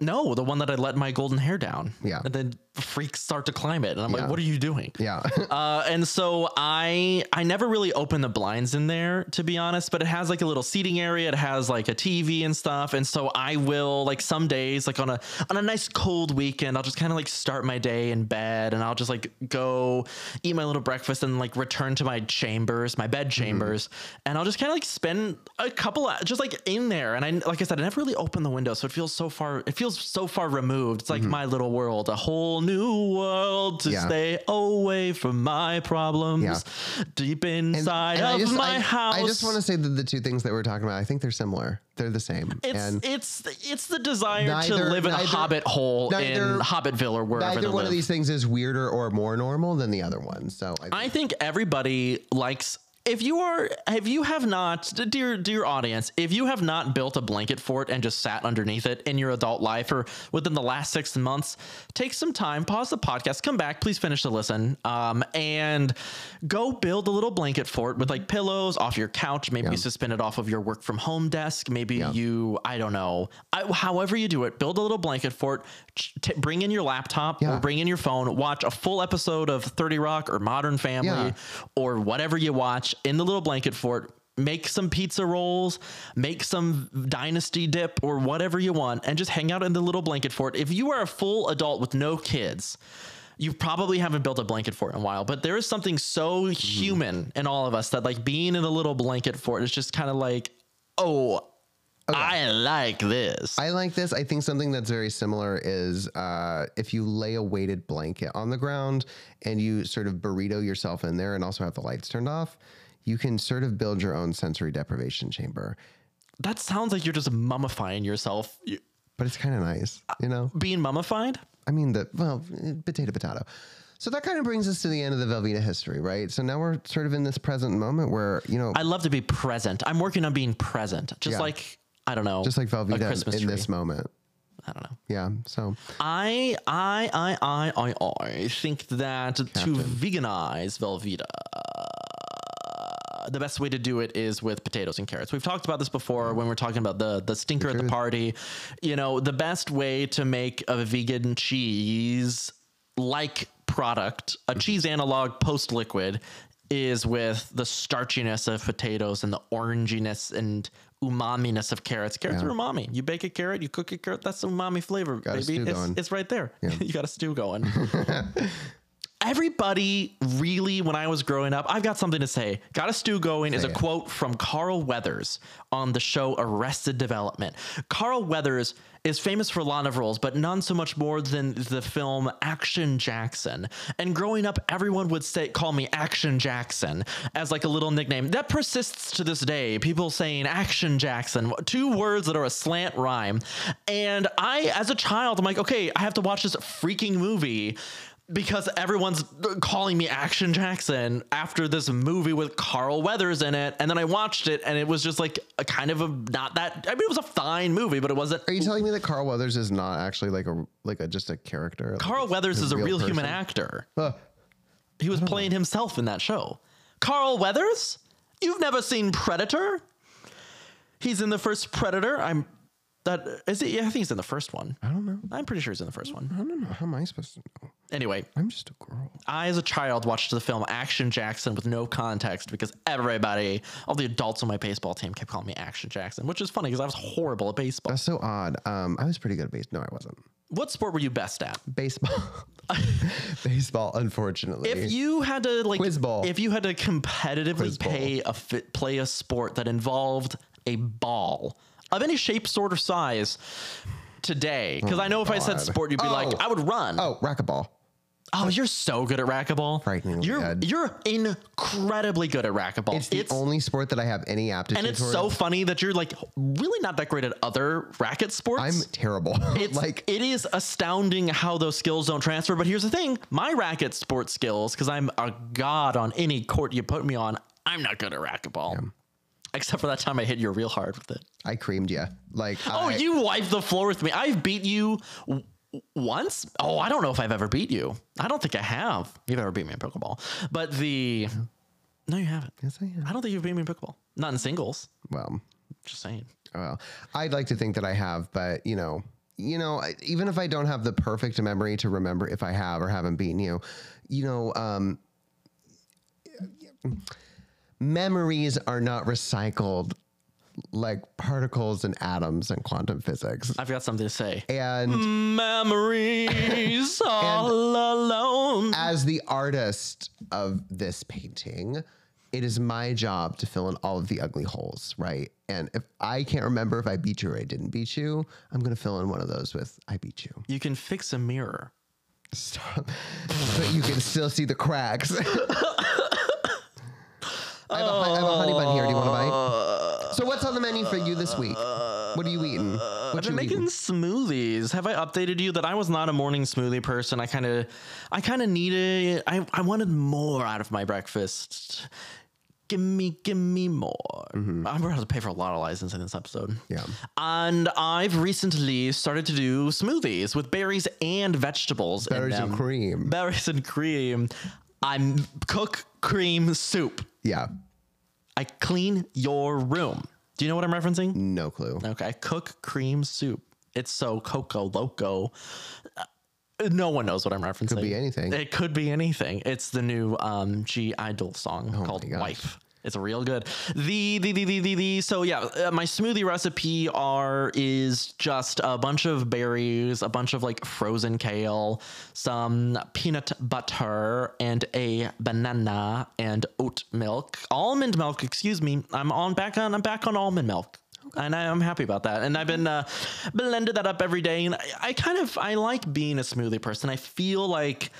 Speaker 1: no the one that I let my golden hair down
Speaker 2: Yeah.
Speaker 1: and then freaks start to climb it and I'm
Speaker 2: Yeah.
Speaker 1: like what are you doing
Speaker 2: Yeah.
Speaker 1: uh, and so I I never really open the blinds in there to be honest, but it has like a little seating area. It has like a TV and stuff. And so I will like some days like on a on a nice cold weekend, I'll just kind of like start my day in bed and I'll just like go eat my little breakfast and like return to my chambers, my bed chambers, and I'll just kind of like spend a couple hou- just like in there. And I like I said, I never really open the window, so it feels so far it feels so far removed. It's like my little world, a whole new world to
Speaker 2: Yeah.
Speaker 1: stay away from my problems deep inside
Speaker 2: And
Speaker 1: of
Speaker 2: just-
Speaker 1: my
Speaker 2: I,
Speaker 1: house.
Speaker 2: I just want to say that the two things that we're talking about, I think they're similar. They're the same.
Speaker 1: it's
Speaker 2: and
Speaker 1: it's it's the desire to
Speaker 2: Neither-
Speaker 1: live in a
Speaker 2: neither-
Speaker 1: hobbit hole in
Speaker 2: neither-
Speaker 1: Hobbitville or wherever they
Speaker 2: neither one
Speaker 1: live.
Speaker 2: of these things is weirder or more normal than the other one. So I,
Speaker 1: I think everybody likes if you are if you have not dear dear audience if you have not built a blanket fort and just sat underneath it in your adult life or within the last six months take some time pause the podcast come back please finish the listen um, and go build a little blanket fort
Speaker 2: Mm-hmm.
Speaker 1: with like pillows off your couch maybe you suspend it off of your work from home desk maybe you i don't know I, however you do it build a little blanket fort ch- t- bring in your laptop or
Speaker 2: Yeah.
Speaker 1: bring in your phone watch a full episode of 30 rock or modern family
Speaker 2: Yeah.
Speaker 1: or whatever you watch in the little blanket fort. Make some pizza rolls, make some dynasty dip or whatever you want, and just hang out in the little blanket fort. If you are a full adult with no kids, you probably haven't built a blanket fort in a while, but there is something so human in all of us that, like, being in a little blanket fort is just kind of like, oh, I like this.
Speaker 2: I like this. I think something that's very similar is uh, if you lay a weighted blanket on the ground and you sort of burrito yourself in there and also have the lights turned off, you can sort of build your own sensory deprivation chamber.
Speaker 1: that sounds like you're just mummifying yourself. You-
Speaker 2: But it's kind of nice, you know?
Speaker 1: Being mummified?
Speaker 2: I mean, the, well, eh, potato, potato. So that kind of brings us to the end of the Velveeta history, right? So now we're sort of in this present moment where, you know,
Speaker 1: I love to be present. I'm working on being present, just
Speaker 2: Yeah.
Speaker 1: like I don't know,
Speaker 2: just like
Speaker 1: a
Speaker 2: Velveeta
Speaker 1: Christmas
Speaker 2: in, in
Speaker 1: tree.
Speaker 2: this moment.
Speaker 1: I don't know.
Speaker 2: Yeah. So
Speaker 1: I I I I I I think that to veganize Velveeta, uh, the best way to do it is with potatoes and carrots. We've talked about this before when we're talking about the the stinker at the party. You know, the best way to make a vegan cheese like product, a
Speaker 2: Mm-hmm.
Speaker 1: cheese analog post liquid, is with the starchiness of potatoes and the oranginess and umaminess of carrots. Carrots are umami. You bake a carrot, you cook a carrot. That's the umami flavor,
Speaker 2: a
Speaker 1: baby.
Speaker 2: stew
Speaker 1: It's,
Speaker 2: going.
Speaker 1: it's right there. you got a stew going. Everybody really, when I was growing up, I've got something to say. Got a stew going is a
Speaker 2: it.
Speaker 1: quote from Carl Weathers on the show Arrested Development. Carl Weathers is famous for a lot of roles, but none so much more than the film Action Jackson. And growing up, everyone would say call me Action Jackson as like a little nickname. That persists to this day. People saying Action Jackson, two words that are a slant rhyme. And I, as a child, I'm like, okay, I have to watch this freaking movie because everyone's calling me Action Jackson after this movie with Carl Weathers in it. And then I watched it and it was just like a kind of a not that I mean it was a fine movie, but it wasn't
Speaker 2: are you telling me that Carl Weathers is not actually like a, like a, just a character? like
Speaker 1: Carl
Speaker 2: a-
Speaker 1: Weathers
Speaker 2: a
Speaker 1: is a real Oh. human
Speaker 2: person?
Speaker 1: actor.
Speaker 2: Uh,
Speaker 1: He was playing himself in that show. Carl Weathers? You've never seen Predator? He's in the first Predator. I'm that is it? Yeah, I think he's in the first one. I don't know. Mm-hmm. I'm pretty sure he's in the first one.
Speaker 2: I don't know. How am I supposed to know?
Speaker 1: Anyway,
Speaker 2: I'm just a girl.
Speaker 1: I, as a child, watched the film Action Jackson with no context because everybody, all the adults on my baseball team, kept calling me Action Jackson, which is funny because I was horrible at baseball.
Speaker 2: That's so odd. Um, I was pretty good at baseball. No, I wasn't.
Speaker 1: What sport were you best at?
Speaker 2: Baseball. baseball, unfortunately.
Speaker 1: If you had to like,
Speaker 2: Quiz ball.
Speaker 1: if you had to competitively
Speaker 2: Quiz ball.
Speaker 1: pay a fit, play a sport that involved a ball of any shape, sort, or size today, because I know if I said
Speaker 2: Oh God.
Speaker 1: sport, you'd be
Speaker 2: Oh.
Speaker 1: like, I would run.
Speaker 2: oh, racquetball.
Speaker 1: Oh, you're so good at racquetball.
Speaker 2: Frighteningly
Speaker 1: You're
Speaker 2: good.
Speaker 1: you're incredibly good at racquetball.
Speaker 2: It's the only sport that I have any aptitude
Speaker 1: And it's
Speaker 2: towards.
Speaker 1: so funny that you're like really not that great at other racket sports.
Speaker 2: I'm terrible.
Speaker 1: it's
Speaker 2: like
Speaker 1: it is astounding how those skills don't transfer. But here's the thing: my racket sports skills, because I'm a god on any court you put me on, I'm not good at racquetball. Except for that time I hit you real hard with it.
Speaker 2: I creamed you. Like
Speaker 1: Oh,
Speaker 2: I,
Speaker 1: you wiped the floor with me. I've beat you w- once. Oh, I don't know if I've ever beat you. I don't think I have. You've ever beat me in pickleball, but the no, you haven't.
Speaker 2: Yes, I am.
Speaker 1: I don't think you've beat me in pickleball. Not in singles.
Speaker 2: Well,
Speaker 1: Just saying.
Speaker 2: well, I'd like to think that I have, but you know, you know, I- even if I don't have the perfect memory to remember if I have or haven't beaten you, you know, um, memories are not recycled like particles and atoms in quantum physics.
Speaker 1: I've got something to say.
Speaker 2: And
Speaker 1: memories all alone.
Speaker 2: as the artist of this painting, it is my job to fill in all of the ugly holes, right? And if I can't remember if I beat you or I didn't beat you, I'm going to fill in one of those with I beat you.
Speaker 1: You can fix a mirror.
Speaker 2: Stop. but you can still see the cracks. I, have a hu- I have a honey bun here. Do you want to bite? So, what's on the menu for you this week? What are you eating? What
Speaker 1: Uh, I've
Speaker 2: you
Speaker 1: been making
Speaker 2: eating?
Speaker 1: smoothies. Have I updated you that I was not a morning smoothie person? I kind of, I kind of needed. I I wanted more out of my breakfast. Give me, give me more. I'm gonna have to pay for a lot of license in this episode.
Speaker 2: Mm-hmm. Yeah.
Speaker 1: And I've recently started to do smoothies with berries and vegetables. in
Speaker 2: Berries and
Speaker 1: them.
Speaker 2: cream.
Speaker 1: Berries and cream. I cook cream soup.
Speaker 2: Yeah.
Speaker 1: I clean your room. Do you know what I'm referencing?
Speaker 2: No clue.
Speaker 1: Okay, I cook cream soup. It's so coco loco. Uh, No one knows what I'm referencing. Could
Speaker 2: be anything.
Speaker 1: It could be anything. It's the new um, G Idol song called
Speaker 2: Oh gosh.
Speaker 1: "Wife." It's real good. The the the the the, the so yeah, uh, my smoothie recipe are is just a bunch of berries, a bunch of like frozen kale, some peanut butter, and a banana and oat milk, almond milk. Excuse me, I'm on back on I'm back on almond milk. And I, I'm happy about that. And I've been uh, blended that up every day. And I, I kind of I like being a smoothie person. I feel like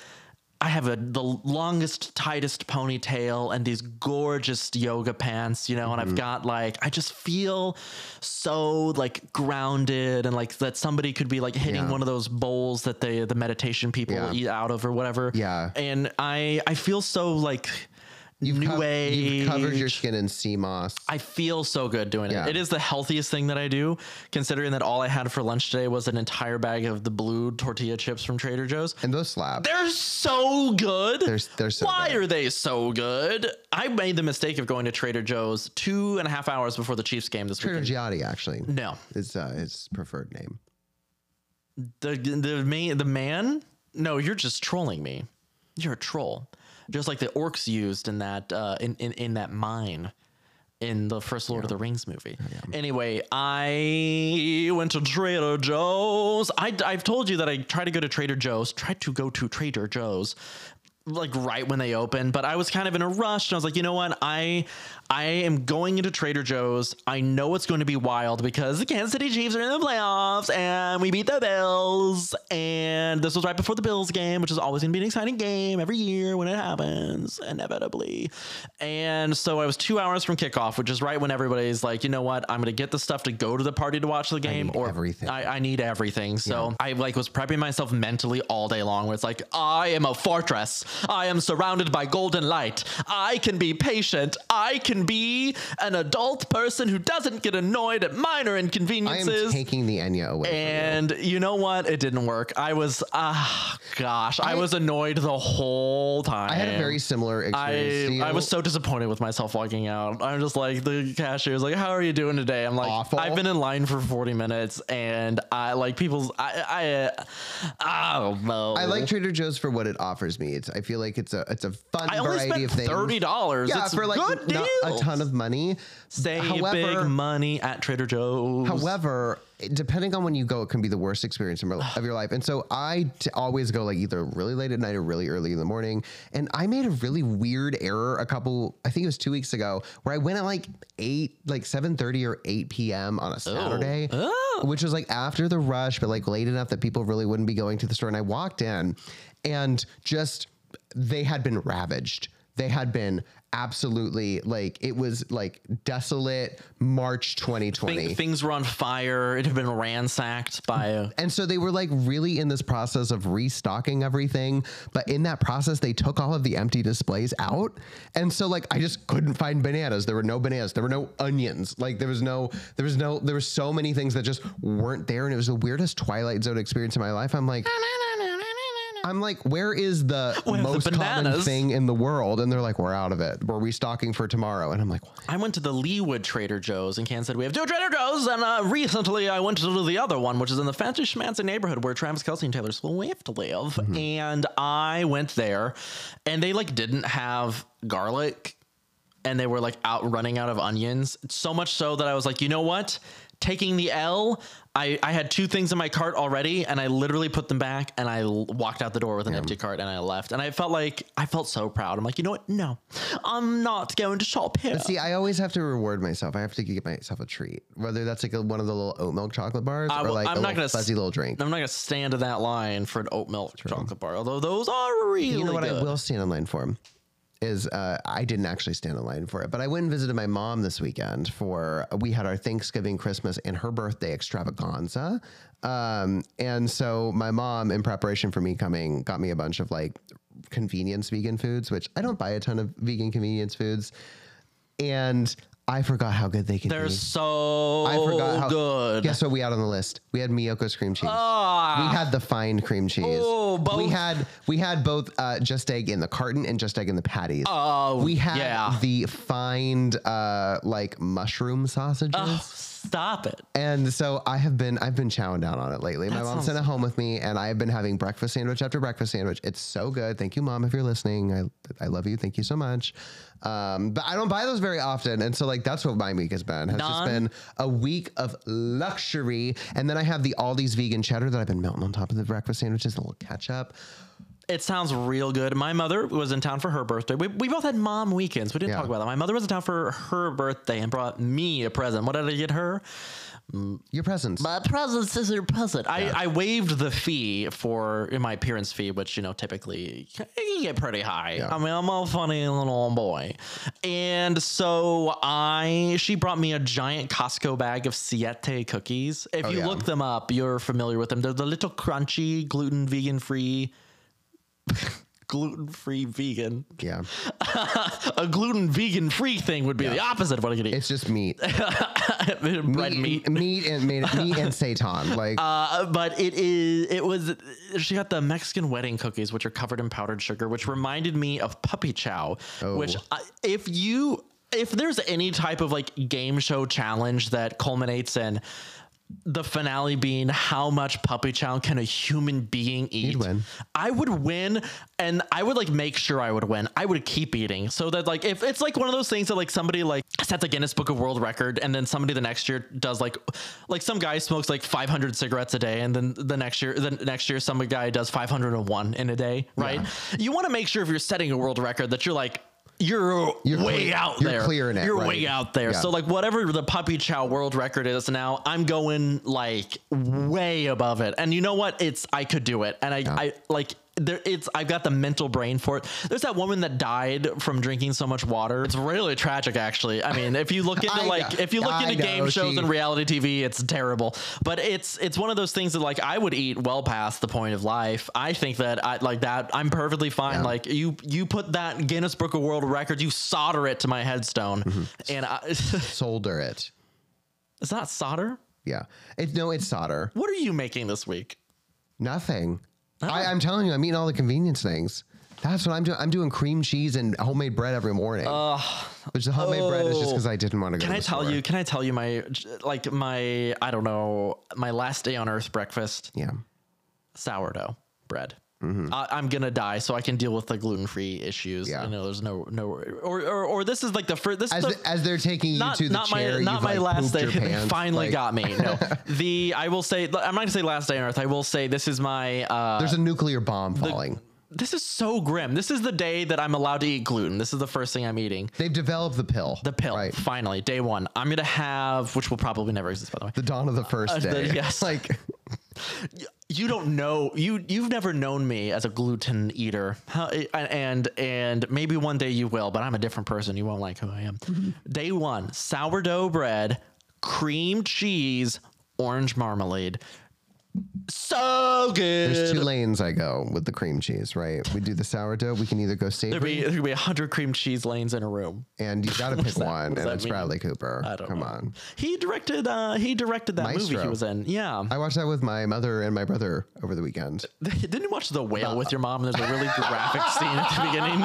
Speaker 1: I have a the longest, tightest ponytail and these gorgeous yoga pants, you know,
Speaker 2: Mm-hmm.
Speaker 1: and I've got like I just feel so like grounded and like that somebody could be like hitting
Speaker 2: Yeah.
Speaker 1: one of those bowls that they the meditation people
Speaker 2: Yeah.
Speaker 1: eat out of or whatever.
Speaker 2: Yeah.
Speaker 1: And I I feel so like
Speaker 2: You've,
Speaker 1: new
Speaker 2: cov-
Speaker 1: age.
Speaker 2: you've covered your skin in sea moss.
Speaker 1: I feel so good doing
Speaker 2: Yeah.
Speaker 1: it. It is the healthiest thing that I do, considering that all I had for lunch today was an entire bag of the blue tortilla chips from Trader Joe's.
Speaker 2: and those slap.
Speaker 1: They're so good.
Speaker 2: They're- they're so
Speaker 1: Why
Speaker 2: good.
Speaker 1: are they so good? I made the mistake of going to Trader Joe's two and a half hours before the Chiefs game this
Speaker 2: Trader
Speaker 1: weekend.
Speaker 2: Giotti, actually,
Speaker 1: No,
Speaker 2: is uh, his preferred name.
Speaker 1: the the man, the man. No, you're just trolling me. You're a troll, just like the orcs used in that uh, in, in in that mine in the first Lord of the Rings movie. Anyway, I went to Trader Joe's. I I've told you that I tried to go to Trader Joe's. Tried to go to Trader Joe's like right when they opened, but I was kind of in a rush and I was like, you know what? I I am going into Trader Joe's. I know it's going to be wild because the Kansas City Chiefs are in the playoffs and we beat the Bills. And this was right before the Bills game, which is always gonna be an exciting game every year when it happens, inevitably. And so I was two hours from kickoff, which is right when everybody's like, you know what, I'm gonna get the stuff to go to the party to watch the game
Speaker 2: need
Speaker 1: or
Speaker 2: everything.
Speaker 1: I, I need everything. So I like was prepping myself mentally all day long where it's like, I am a fortress. I am surrounded by golden light. I can be patient. I can be an adult person who doesn't get annoyed at minor
Speaker 2: I am
Speaker 1: inconveniences.
Speaker 2: taking the Enya away. from you.
Speaker 1: and you know what? It didn't work. I was ah gosh, I,
Speaker 2: I-
Speaker 1: was annoyed the whole time.
Speaker 2: I had a very similar experience. to
Speaker 1: I,
Speaker 2: you.
Speaker 1: I was so disappointed with myself walking out. I'm just like the cashier's like, "How are you doing today?" I'm like,
Speaker 2: Awful.
Speaker 1: "I've been in line for 40 minutes, and I like people's I I, I don't know.
Speaker 2: I like Trader Joe's for what it offers me. It's I feel like it's a it's a fun
Speaker 1: I only
Speaker 2: variety
Speaker 1: spent
Speaker 2: of things.
Speaker 1: thirty dollars.
Speaker 2: Yeah,
Speaker 1: it's
Speaker 2: for like
Speaker 1: good
Speaker 2: not
Speaker 1: deal.
Speaker 2: a ton of money.
Speaker 1: Save
Speaker 2: However-
Speaker 1: big money at Trader Joe's.
Speaker 2: However, depending on when you go, it can be the worst experience of your- of your life. And so I t- always go like either really late at night or really early in the morning. And I made a really weird error a couple, I think it was two weeks ago, where I went at like eight, like seven thirty or eight p.m. on a Saturday,
Speaker 1: Oh.
Speaker 2: which was like after the rush, but like late enough that people really wouldn't be going to the store. And I walked in, and just they had been ravaged. They had been absolutely like it was like desolate March 2020
Speaker 1: Thi- things were on fire. It had been ransacked by.
Speaker 2: and so they were like really in this process of restocking everything but in that process they took all of the empty displays out and so like i just couldn't find bananas there were no bananas there were no onions like there was no there was no there were so many things that just weren't there and it was the weirdest twilight zone experience in my life i'm like I'm like, where is the
Speaker 1: are the
Speaker 2: most common
Speaker 1: bananas?
Speaker 2: thing in the world? And they're like, we're out of it. We're restocking for tomorrow. And I'm like, what?
Speaker 1: I went to the Leewood Trader Joe's in Kansas City. We have two Trader Joe's, and uh, recently I went to the other one, which is in the fancy schmancy neighborhood where Travis Kelsey and Taylor Swift live. And I went there, and they like didn't have garlic, and they were like out running out of onions. So much so that I was like, you know what? Taking the L, I, I had two things in my cart already, and I literally put them back, and I l- walked out the door with an empty cart, and I left. And I felt like I felt so proud. I'm like, you know what? No, I'm not going to shop here.
Speaker 2: See, I always have to reward myself. I have to get myself a treat, whether that's like a, one of the little oat milk chocolate bars or
Speaker 1: will-
Speaker 2: like
Speaker 1: I'm not
Speaker 2: a little
Speaker 1: gonna s-
Speaker 2: fuzzy little drink.
Speaker 1: I'm not gonna stand in that line for an oat milk chocolate bar, although those are really
Speaker 2: you know what
Speaker 1: good.
Speaker 2: I will stand in line for is uh, I didn't actually stand in line for it, but I went and visited my mom this weekend for we had our Thanksgiving, Christmas, and her birthday extravaganza. Um, and so my mom, in preparation for me coming, got me a bunch of like convenience vegan foods, which I don't buy a ton of vegan convenience foods. and I forgot how good they can
Speaker 1: They're
Speaker 2: be.
Speaker 1: so
Speaker 2: I forgot how
Speaker 1: good.
Speaker 2: Guess what we had on the list? We had Miyoko's cream cheese.
Speaker 1: Ah,
Speaker 2: we had the fine cream cheese.
Speaker 1: Oh,
Speaker 2: We
Speaker 1: both.
Speaker 2: had we had both uh, just egg in the carton and just egg in the patties.
Speaker 1: Oh,
Speaker 2: we had
Speaker 1: yeah.
Speaker 2: the fine uh, like mushroom sausages.
Speaker 1: Uh-huh. stop it.
Speaker 2: And so I have been I've been chowing down on it lately. My mom
Speaker 1: sounds-
Speaker 2: sent it home with me, and I have been having breakfast sandwich after breakfast sandwich. It's so good. Thank you, mom, if you're listening. I I love you. Thank you so much. Um, but I don't buy those very often, and so like that's what my week has been. Has just
Speaker 1: None?
Speaker 2: been a week of luxury, and then I have the Aldi's vegan cheddar that I've been melting on top of the breakfast sandwiches, and a little ketchup.
Speaker 1: It sounds real good. My mother was in town for her birthday. We, we both had mom weekends. We didn't
Speaker 2: Yeah.
Speaker 1: talk about that. My mother was in town for her birthday and brought me a present. What did I get her?
Speaker 2: Your presents.
Speaker 1: My present Uh, is your present. I, I waived the fee for my appearance fee, which, you know, typically you get pretty high. I mean, I'm a funny little boy. And so I, she brought me a giant Costco bag of Siete cookies. If you
Speaker 2: Oh, yeah.
Speaker 1: look them up, you're familiar with them. They're the little crunchy, gluten, vegan free, gluten free vegan.
Speaker 2: yeah,
Speaker 1: a gluten vegan free thing would be the opposite of what I could eat.
Speaker 2: it's just meat,
Speaker 1: Bread meat.
Speaker 2: meat and meat, meat and seitan. Like
Speaker 1: Uh, but it is it was she got the Mexican wedding cookies, which are covered in powdered sugar, which reminded me of puppy chow. Which I, if you if there's any type of like game show challenge that culminates in the finale being how much puppy chow can a human being eat?
Speaker 2: win.
Speaker 1: I would win, and I would like make sure I would win. I would keep eating so that like if it's like one of those things that like somebody like sets a Guinness Book of World Record, and then somebody the next year does like like some guy smokes like 500 cigarettes a day, and then the next year the next year some guy does 501 in a day, right? You want to make sure if you're setting a world record that you're like. You're,
Speaker 2: You're
Speaker 1: way
Speaker 2: cle-
Speaker 1: out
Speaker 2: you're
Speaker 1: there.
Speaker 2: clearing it,
Speaker 1: You're
Speaker 2: right?
Speaker 1: way out there.
Speaker 2: Yeah.
Speaker 1: So like whatever the puppy chow world record is now, I'm going like way above it. And you know what? It's I could do it. And I, I like there it's I've got the mental brain for it. There's that woman that died from drinking so much water. It's really tragic actually. I mean, if you look into
Speaker 2: I
Speaker 1: like
Speaker 2: know.
Speaker 1: if you look
Speaker 2: I
Speaker 1: into game
Speaker 2: know.
Speaker 1: shows
Speaker 2: She-
Speaker 1: and reality TV, it's terrible. But it's it's one of those things that like I would eat well past the point of life. I think that I like that I'm perfectly fine. Like you you put that Guinness Book of World Records, you solder it to my headstone,
Speaker 2: Mm-hmm.
Speaker 1: and I, it's
Speaker 2: solder it.
Speaker 1: not solder.
Speaker 2: Yeah, it, no, it's solder.
Speaker 1: What are you making this week?
Speaker 2: Nothing. I, I'm telling you, I'm eating all the convenience things. That's what I'm doing. I'm doing cream cheese and homemade bread every morning. Which the homemade bread is just because I didn't want to go.
Speaker 1: Can
Speaker 2: to
Speaker 1: I
Speaker 2: the
Speaker 1: tell
Speaker 2: store.
Speaker 1: you? Can I tell you my like my I don't know my last day on Earth breakfast
Speaker 2: Yeah. Mm-hmm.
Speaker 1: sourdough bread. I, I'm gonna die, so I can deal with the gluten free issues.
Speaker 2: Yeah.
Speaker 1: You know, there's no no or or, or this is like the first. This
Speaker 2: As,
Speaker 1: is the,
Speaker 2: th- as they're taking you
Speaker 1: not,
Speaker 2: to the
Speaker 1: not
Speaker 2: chair,
Speaker 1: my not
Speaker 2: you've,
Speaker 1: my
Speaker 2: like,
Speaker 1: last
Speaker 2: pooped
Speaker 1: day.
Speaker 2: your
Speaker 1: They
Speaker 2: pants.
Speaker 1: finally
Speaker 2: Like,
Speaker 1: got me. No, the I will say I'm not gonna say last day on Earth. I will say this is my uh,
Speaker 2: There's a nuclear bomb falling.
Speaker 1: this is so grim. This is the day that I'm allowed to eat gluten. This is the first thing I'm eating.
Speaker 2: They've developed the pill.
Speaker 1: The pill.
Speaker 2: Right.
Speaker 1: Finally, day one. I'm gonna have, which will probably never exist by the way.
Speaker 2: The dawn of Uh, the first
Speaker 1: the-
Speaker 2: day.
Speaker 1: yes.
Speaker 2: Like
Speaker 1: you don't know you you've never known me as a gluten eater How, and and maybe one day you will but i'm a different person you won't like who i am
Speaker 2: Mm-hmm.
Speaker 1: day one sourdough bread cream cheese orange marmalade so good
Speaker 2: there's two lanes I go with the cream cheese, right? We do the sourdough. We can either go
Speaker 1: there'd
Speaker 2: savory,
Speaker 1: be there'd be 100 cream cheese lanes in a room
Speaker 2: and you got to pick
Speaker 1: that-
Speaker 2: one,
Speaker 1: what does
Speaker 2: and
Speaker 1: that
Speaker 2: it's
Speaker 1: mean?
Speaker 2: Bradley Cooper.
Speaker 1: I don't
Speaker 2: Come
Speaker 1: know.
Speaker 2: on.
Speaker 1: he directed uh he directed that movie he
Speaker 2: Maestro.
Speaker 1: was in yeah
Speaker 2: I watched that with my mother and my brother over the weekend.
Speaker 1: didn't you watch the
Speaker 2: Uh,
Speaker 1: whale with your mom there's a really graphic scene at the beginning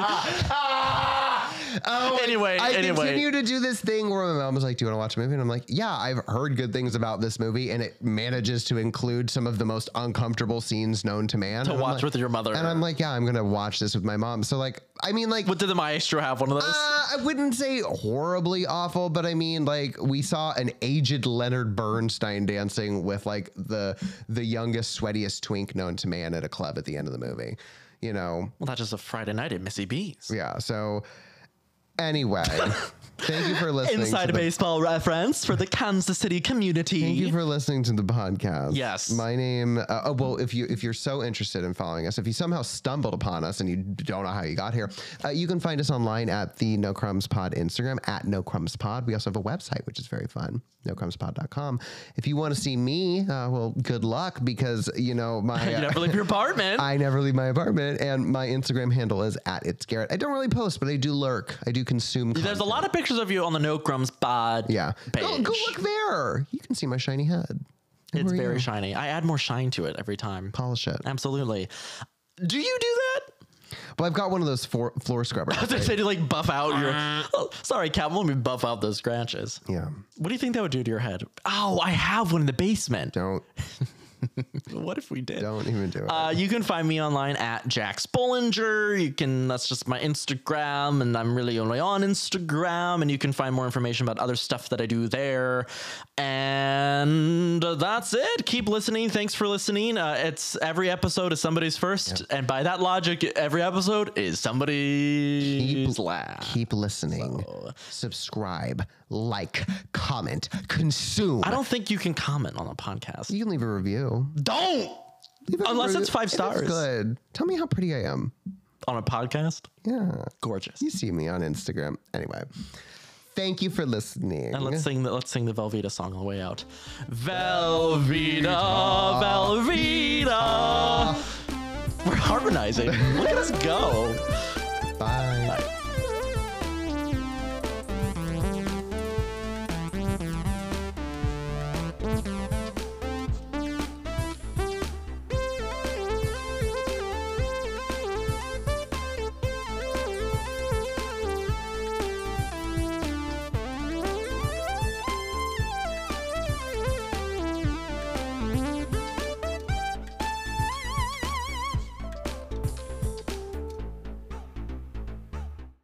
Speaker 2: Oh,
Speaker 1: Anyway,
Speaker 2: I
Speaker 1: anyway.
Speaker 2: continue to do this thing where my mom was like, "Do you want to watch a movie?" And I'm like, "Yeah, I've heard good things about this movie, and it manages to include some of the most uncomfortable scenes known to man." To
Speaker 1: watch with your mother.
Speaker 2: And I'm like, "Yeah, I'm gonna watch this with my mom." So like, I mean, like,
Speaker 1: what did the maestro have one of those
Speaker 2: uh, I wouldn't say horribly awful, but I mean, like, we saw an aged Leonard Bernstein dancing with like the the youngest, sweatiest twink known to man at a club at the end of the movie. You know,
Speaker 1: Well, that's just a Friday night at Missy B's.
Speaker 2: yeah. So anyway, thank you for listening. to
Speaker 1: Inside
Speaker 2: the
Speaker 1: baseball reference for the Kansas City community.
Speaker 2: Thank you for listening to the podcast.
Speaker 1: Yes.
Speaker 2: my name. Uh, oh well, if you if you're so interested in following us, if you somehow stumbled upon us and you don't know how you got here, uh, you can find us online at the No Crumbs Pod Instagram at No Crumbs Pod. We also have a website which is very fun, NoCrumbsPod.com. If you want to see me, uh, well, good luck because you know my. uh,
Speaker 1: you never leave your apartment.
Speaker 2: I never leave my apartment, and my Instagram handle is at it's Garrett. I don't really post, but I do lurk. I do you consume.
Speaker 1: There's a
Speaker 2: content.
Speaker 1: lot of pictures of you on the No Crumbs pod.
Speaker 2: Yeah. Go,
Speaker 1: Page.
Speaker 2: go look there. You can see my shiny head.
Speaker 1: It's
Speaker 2: Where are
Speaker 1: very
Speaker 2: you?
Speaker 1: shiny. I add more shine to it every time.
Speaker 2: polish it.
Speaker 1: Absolutely. Do you do that?
Speaker 2: Well, I've got one of those floor, floor scrubbers.
Speaker 1: I was gonna say, do you like buff out your.
Speaker 2: Uh.
Speaker 1: Oh, sorry, Captain, let me buff out those scratches.
Speaker 2: yeah.
Speaker 1: What do you think that would do to your head? Oh, I have one in the basement.
Speaker 2: Don't
Speaker 1: What if we did?
Speaker 2: don't even do it.
Speaker 1: Uh, you can find me online at Jack Spollinger. You can that's just my Instagram, and I'm really only on Instagram. And you can find more information about other stuff that I do there. And that's it. Keep listening. Thanks for listening. Uh, it's every episode is somebody's first, and by that logic, every episode is somebody's
Speaker 2: Keep-
Speaker 1: last.
Speaker 2: Keep listening. Subscribe, like, comment, consume.
Speaker 1: I don't think you can comment on the podcast.
Speaker 2: you can leave a review.
Speaker 1: Don't
Speaker 2: Leave a
Speaker 1: Unless it's five
Speaker 2: It is
Speaker 1: stars.
Speaker 2: good. Tell me how pretty I am.
Speaker 1: on a podcast.
Speaker 2: Yeah.
Speaker 1: Gorgeous.
Speaker 2: You see me on Instagram. Anyway, thank you for listening.
Speaker 1: And let's sing the let's sing the Velveeta song on the way out. Velveeta, Velveeta. We're harmonizing. Look at us go.
Speaker 2: Bye.
Speaker 1: Bye.